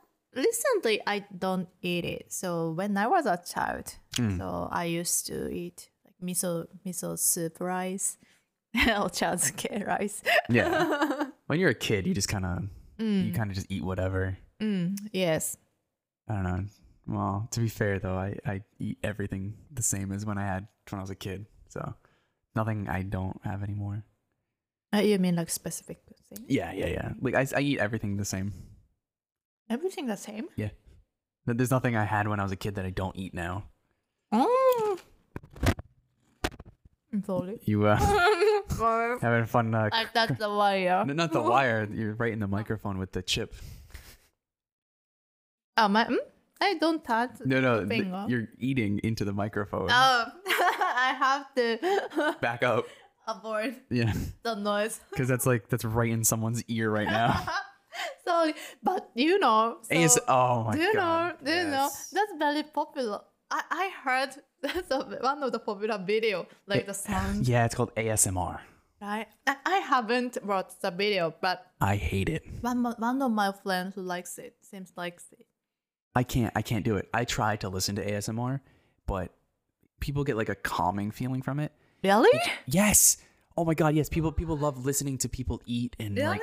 S1: recently I don't eat it. So when I was a child,
S2: Hmm.
S1: so I used to eat like miso miso soup rice or chazuke rice.
S2: Yeah. when you're a kid, you just kind of, you kind of just eat whatever.
S1: yes.
S2: I don't know. Well, to be fair though, I, I eat everything the same as when I had when I was a kid. So nothing I don't have anymore.
S1: Uh, you mean like specific thing?
S2: Yeah, yeah, yeah. Like I, I eat everything the same.
S1: Everything the same?
S2: Th- There's nothing I had when I was a kid that I don't eat now.
S1: Mm. Sorry.
S2: You uh,
S1: Sorry.
S2: having fun? Uh,
S1: I touched the Oh, wire.
S2: n- not the wire. You're right in the microphone with the chip.
S1: Oh, my, mm? I don't touch.
S2: No, no. th-
S1: Finger.
S2: you're eating into the microphone.
S1: Oh, I have to
S2: Back up.
S1: avoid
S2: Yeah,
S1: the noise.
S2: because that's like that's right in someone's ear right now.
S1: Sorry, but you know, so,
S2: AS- oh my
S1: do you
S2: god.
S1: know, do you know,
S2: yes.
S1: that's very popular. I, I heard that's a, one of the popular video, like the sound,
S2: Yeah, it's called ASMR.
S1: right? I, I haven't watched the video, but
S2: I hate it.
S1: one mo- one of my friends who likes it seems likes it.
S2: I can't I can't do it. I try to listen to ASMR, but people get like a calming feeling from it.
S1: Really?
S2: Yes. Oh my god, yes. People people love listening to people eat and
S1: Really?
S2: like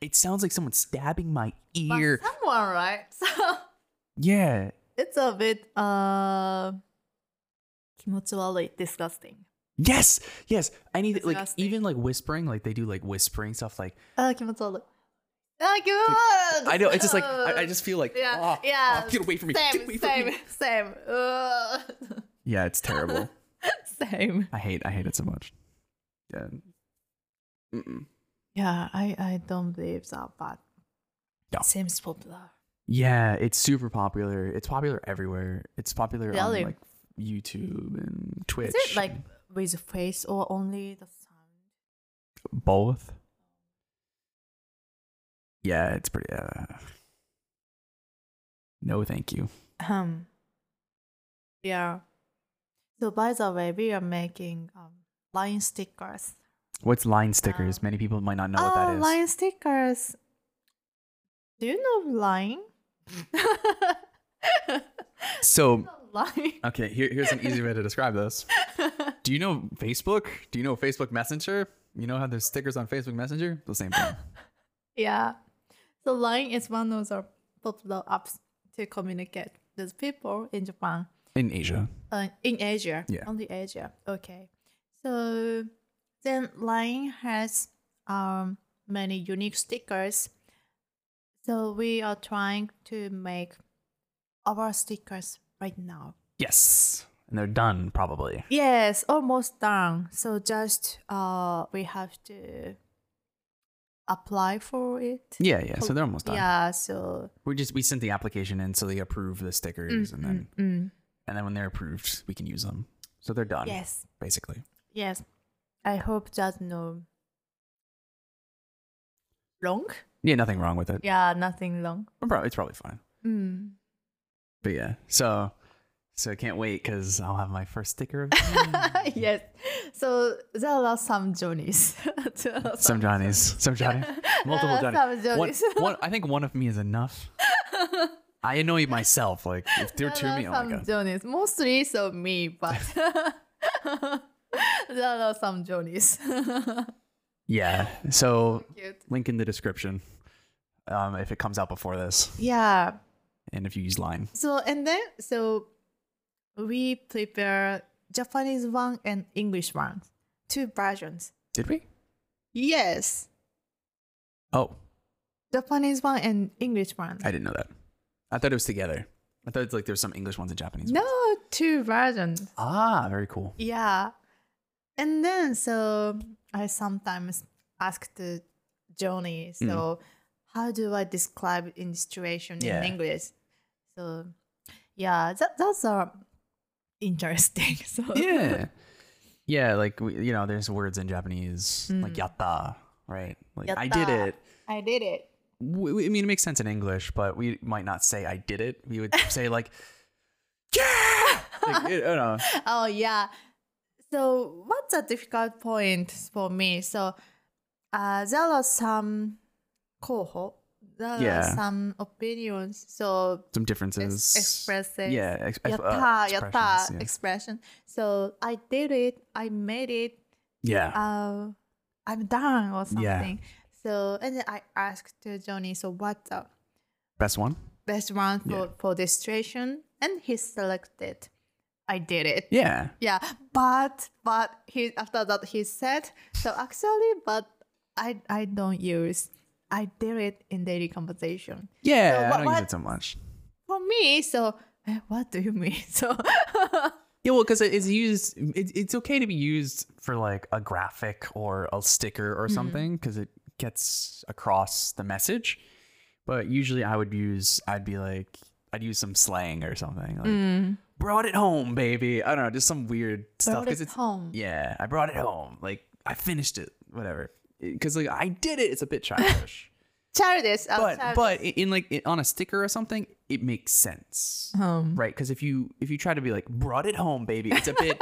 S2: it sounds like someone stabbing my
S1: But
S2: ear.
S1: someone, right? So
S2: yeah.
S1: it's a bit uh, 気持ち悪い, disgusting.
S2: Yes. Yes. Anything like
S1: Disgusting.
S2: even like whispering, like they do like whispering stuff like
S1: Ah, 気持ち悪い. Ah, good.
S2: I know it's just like I, I just feel like
S1: Yeah,
S2: "Ah,
S1: yeah.
S2: ah, get away from me.
S1: same,
S2: get away from
S1: same,
S2: me.
S1: same, Ugh.
S2: Yeah, it's terrible.
S1: same.
S2: I hate I hate it so much. Yeah. Mm-mm.
S1: Yeah, I, I don't believe that, but
S2: Yeah.
S1: seems popular.
S2: Yeah, it's super popular. It's popular everywhere. It's popular
S1: Really?
S2: on like YouTube and
S1: Is
S2: Twitch.
S1: it like with face or only the sound?
S2: both? Yeah, it's pretty. Uh... No, thank you.
S1: Um. Yeah. So by the way, we are making um line stickers.
S2: What's line stickers?
S1: Um,
S2: Many people might not know what
S1: Ah,
S2: that is.
S1: line stickers. Do you know line?
S2: So,
S1: line.
S2: okay, here, here's an easy way to describe this. Do you know Facebook? Do you know Facebook Messenger? You know how there's stickers on Facebook Messenger? The same thing.
S1: Yeah. So LINE is one of the popular apps to communicate with people in Japan,
S2: In Asia.
S1: uh, in Asia,
S2: Yeah.
S1: only Asia. Okay. So then LINE has um, many unique stickers. So we are trying to make our stickers right now.
S2: Yes. And they're done, probably.
S1: Yes, almost done. So just uh, we have to apply for it.
S2: Yeah, yeah. So they're almost done.
S1: Yeah. So
S2: We just we sent the application in, so they approve the stickers, and then
S1: mm.
S2: and then when they're approved, we can use them. So they're done,
S1: Yes,
S2: basically.
S1: yes. I hope that no wrong.
S2: Yeah, nothing wrong with it.
S1: Yeah, nothing wrong.
S2: We're prob- it's probably fine.
S1: Mm.
S2: But yeah, so so I can't wait because I'll have my first sticker of the day.
S1: yes. So there are some Johnnies. There are
S2: some Johnnies, some Johnny, multiple
S1: Uh,
S2: Johnnies.
S1: some
S2: One,
S1: Johnnies.
S2: one, I think one of me is enough. I annoy myself. Like if there are two
S1: there
S2: of
S1: are
S2: me, oh my
S1: some
S2: god.
S1: Johnnies. Mostly so me, but there are some Johnnies.
S2: Yeah. So
S1: Cute.
S2: link in the description. Um, if it comes out before this,
S1: Yeah.
S2: and if you use Line,
S1: So and then so we prepare Japanese one and English one, two versions.
S2: did we?
S1: Yes,
S2: Oh,
S1: Japanese one and English one.
S2: I didn't know that. I thought it was together. I thought it's like there's some English ones and Japanese ones.
S1: No, two versions.
S2: Ah, very cool.
S1: Yeah, and then so I sometimes ask the Johnny,
S2: Mm.
S1: so how do I describe in situation
S2: Yeah.
S1: in English? So yeah, that that's uh, interesting. So
S2: Yeah. yeah, like we, you know, there's words in Japanese like yatta, right? Like I did
S1: Hmm. Yatta.
S2: it.
S1: I did it.
S2: w- w- I mean, it makes sense in English, but we might not say I did it. We would say like, yeah. Like, it- I don't know.
S1: Oh yeah. So what's a difficult point for me? So uh, there are some coho. There
S2: Yeah.
S1: are some opinions. So
S2: Some differences.
S1: expresses.
S2: Yeah. Ex- ex- uh,
S1: yatta yatta
S2: expressions,
S1: expression. So I did it. I made it.
S2: Yeah. Yeah.
S1: Uh, I'm done or something.
S2: Yeah.
S1: So and then I asked uh, Johnny. So what's the
S2: Best one.
S1: best one for
S2: Yeah.
S1: for this situation? And he selected. I did it.
S2: Yeah.
S1: Yeah, but but he after that he said so actually, but I I don't use I did it in daily conversation
S2: Yeah.
S1: So
S2: I
S1: what-
S2: don't use
S1: what-
S2: it so much.
S1: for me. So eh, what do you mean? So
S2: Yeah, well, because it's used. It, it's okay to be used for like a graphic or a sticker
S1: Mm-hmm.
S2: or something because it gets across the message. But usually, I would use. I'd be like, I'd use some slang or something. Like, brought it home, baby. I don't know, just some weird stuff.
S1: Mm. Brought
S2: Because
S1: it
S2: it's
S1: home.
S2: yeah, I brought it home. Like I finished it. Whatever. Because like I did it. It's a bit childish.
S1: childish, oh,
S2: but
S1: childish.
S2: but i- in like i- on a sticker or something, it makes sense,
S1: Um.
S2: right? Because if you if you try to be like brought it home, baby, it's a bit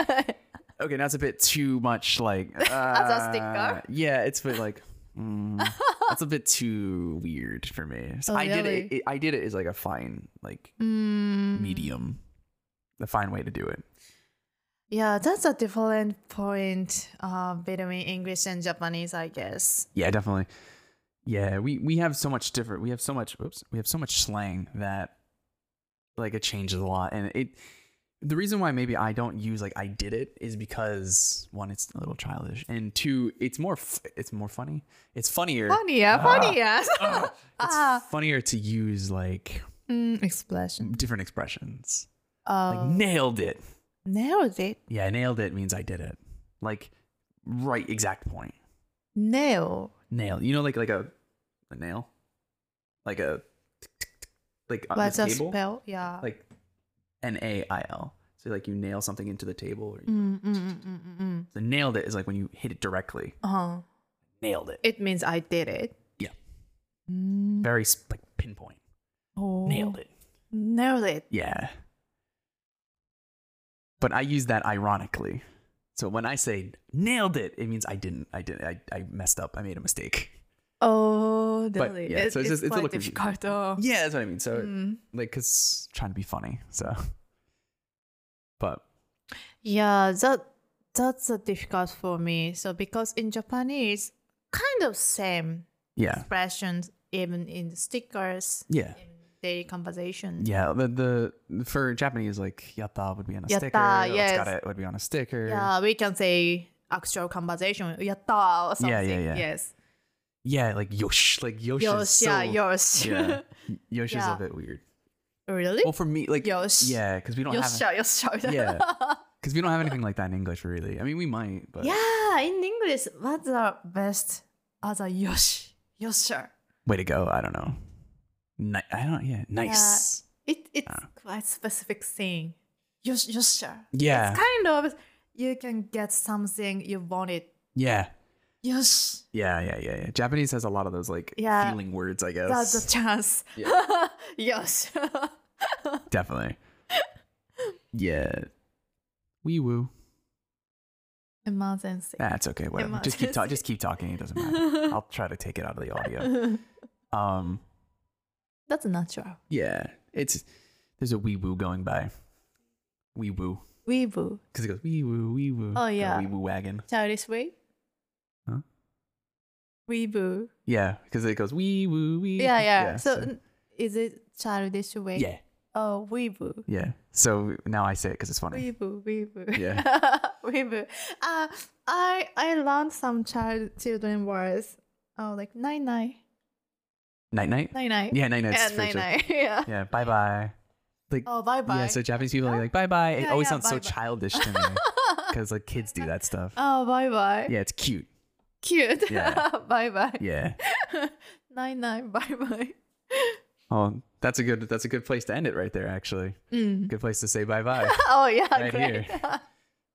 S2: okay. Now it's a bit too much like uh,
S1: As a sticker?
S2: Yeah, it's a bit like mm, that's a bit too weird for me. So
S1: Oh,
S2: I did it,
S1: really?
S2: it. I did it is like a fine like
S1: Mm,
S2: medium, a fine way to do it.
S1: yeah, that's a different point uh, between English and Japanese, I guess.
S2: Yeah, definitely. Yeah, we we have so much different. We have so much. Oops, we have so much slang that like it changes a lot, and it. The reason why maybe I don't use like I did it is because one, it's a little childish, and two, it's more f- it's more funny. It's funnier.
S1: Funny,
S2: Ah.
S1: yeah, funny, yeah.
S2: Ugh, it's
S1: Ah.
S2: funnier to use like
S1: mm, expression.
S2: different expressions.
S1: Uh,
S2: Like nailed it.
S1: nailed it.
S2: Yeah, nailed it means I did it. Like right exact point.
S1: Nail.
S2: nail. You know, like like a a nail, like a like on
S1: What's
S2: the
S1: a
S2: table,
S1: spell? Yeah.
S2: like N A I L. So like you nail something into the table. Or you,
S1: Mm, mm, mm, mm, mm, mm.
S2: so nailed it is like when you hit it directly.
S1: Uh-huh.
S2: Nailed it.
S1: It means I did it.
S2: Yeah.
S1: Mm.
S2: Very sp- like pinpoint.
S1: Oh.
S2: Nailed it.
S1: Nailed it.
S2: Yeah. But I use that ironically. So when I say nailed it, it means I didn't. I didn't. I, I messed up. I made a mistake.
S1: Oh,
S2: But,
S1: nailed it.
S2: yeah,
S1: It's-
S2: so it's just- it's a
S1: it's quite
S2: little confusing.
S1: difficult. Oh.
S2: Yeah, that's what I mean. So
S1: Mm.
S2: like, cause trying to be funny. So, but
S1: Yeah, that that's a difficult for me. So because in Japanese, kind of same
S2: yeah,
S1: expressions, even in the stickers,
S2: yeah.
S1: in daily conversation.
S2: Yeah, the the for Japanese like yatta would be on a sticker.
S1: Yatta,
S2: let's
S1: yes.
S2: got it would be on a sticker.
S1: Yeah, we can say actual conversation, yatta or something.
S2: Yeah, yeah, yeah.
S1: Yes.
S2: Yeah, like yosh, like yosh.
S1: Yosh,
S2: is so,
S1: yeah, yosh.
S2: yeah. yosh
S1: Yeah.
S2: is a bit weird.
S1: really?
S2: Well, for me, like
S1: Yosh.
S2: Yeah, because we don't have
S1: Yosha, yosha.
S2: yeah, because we don't have anything like that in English really. I mean, we might, but
S1: Yeah, in English, what's the best other yosh? Yosher.
S2: way to go. I don't know. Ni- I don't. Yeah, nice.
S1: It, it's
S2: Ah.
S1: quite specific thing. Yosh, yosher.
S2: Yeah,
S1: It's kind of, you can get something you wanted.
S2: yeah,
S1: Yosh,
S2: yeah, yeah, yeah, yeah. Japanese has a lot of those like
S1: Yeah.
S2: feeling words, I guess.
S1: that's a chance.
S2: Yeah.
S1: yosh.
S2: Definitely. yeah. Wee woo.
S1: Emergency.
S2: That's okay. Whatever. Just keep talking.
S1: Emergency.
S2: Just keep talking. It doesn't matter. I'll try to take it out of the audio. Um.
S1: That's natural.
S2: Yeah. It's there's a wee woo going by. Wee woo.
S1: Weebu.
S2: Because it goes wee woo wee woo.
S1: Oh, yeah.
S2: Wee woo wagon.
S1: Childish way?
S2: Huh?
S1: Weebu.
S2: Yeah. Because it goes wee woo wee.
S1: Yeah, yeah. so, n- is it childish way?
S2: yeah.
S1: Oh, weebu.
S2: Yeah. So now I say it because it's funny.
S1: Weebu, weebu.
S2: Yeah.
S1: weebu. Uh, I I learned some child children words. Oh, like nine nine,
S2: Night night.
S1: nine nine.
S2: Yeah. Night
S1: yeah,
S2: night's for
S1: nine
S2: sure.
S1: nine. Yeah.
S2: Yeah. Bye bye. Like.
S1: Oh, bye bye.
S2: Yeah, so Japanese people are like bye bye. It
S1: Yeah,
S2: always
S1: yeah,
S2: sounds so
S1: bye-bye.
S2: childish to me because like kids do that stuff.
S1: oh, bye bye.
S2: Yeah, it's cute.
S1: Cute.
S2: Yeah.
S1: bye bye.
S2: Yeah.
S1: Nine nine. Bye bye.
S2: Oh, that's a good that's a good place to end it right there. Actually,
S1: Mm.
S2: good place to say bye bye.
S1: Oh yeah,
S2: Right
S1: great.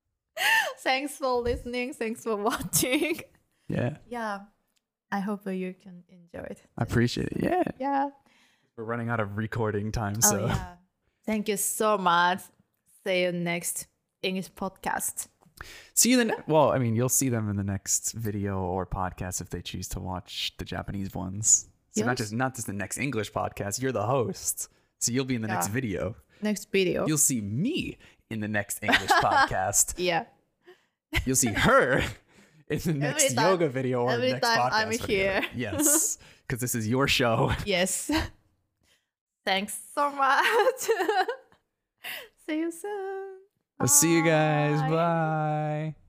S1: Thanks for listening. Thanks for watching.
S2: yeah.
S1: Yeah. I hope you can enjoy it.
S2: I appreciate it. Yeah.
S1: Yeah.
S2: We're running out of recording time, so
S1: Oh, yeah. Thank you so much. See you next English podcast.
S2: see you then. Well, I mean, you'll see them in the next video or podcast if they choose to watch the Japanese ones. So not
S1: Yes.
S2: just not just the next English podcast. You're the host, so you'll be in the next
S1: Yeah.
S2: video.
S1: Next video.
S2: You'll see me in the next English podcast.
S1: yeah.
S2: You'll see her in the next
S1: time-
S2: yoga video or
S1: every
S2: the next
S1: time
S2: podcast.
S1: I'm
S2: video.
S1: here.
S2: yes, because this is your show.
S1: Yes. Thanks so much. See you soon.
S2: I'll see you guys.
S1: Bye.
S2: Bye.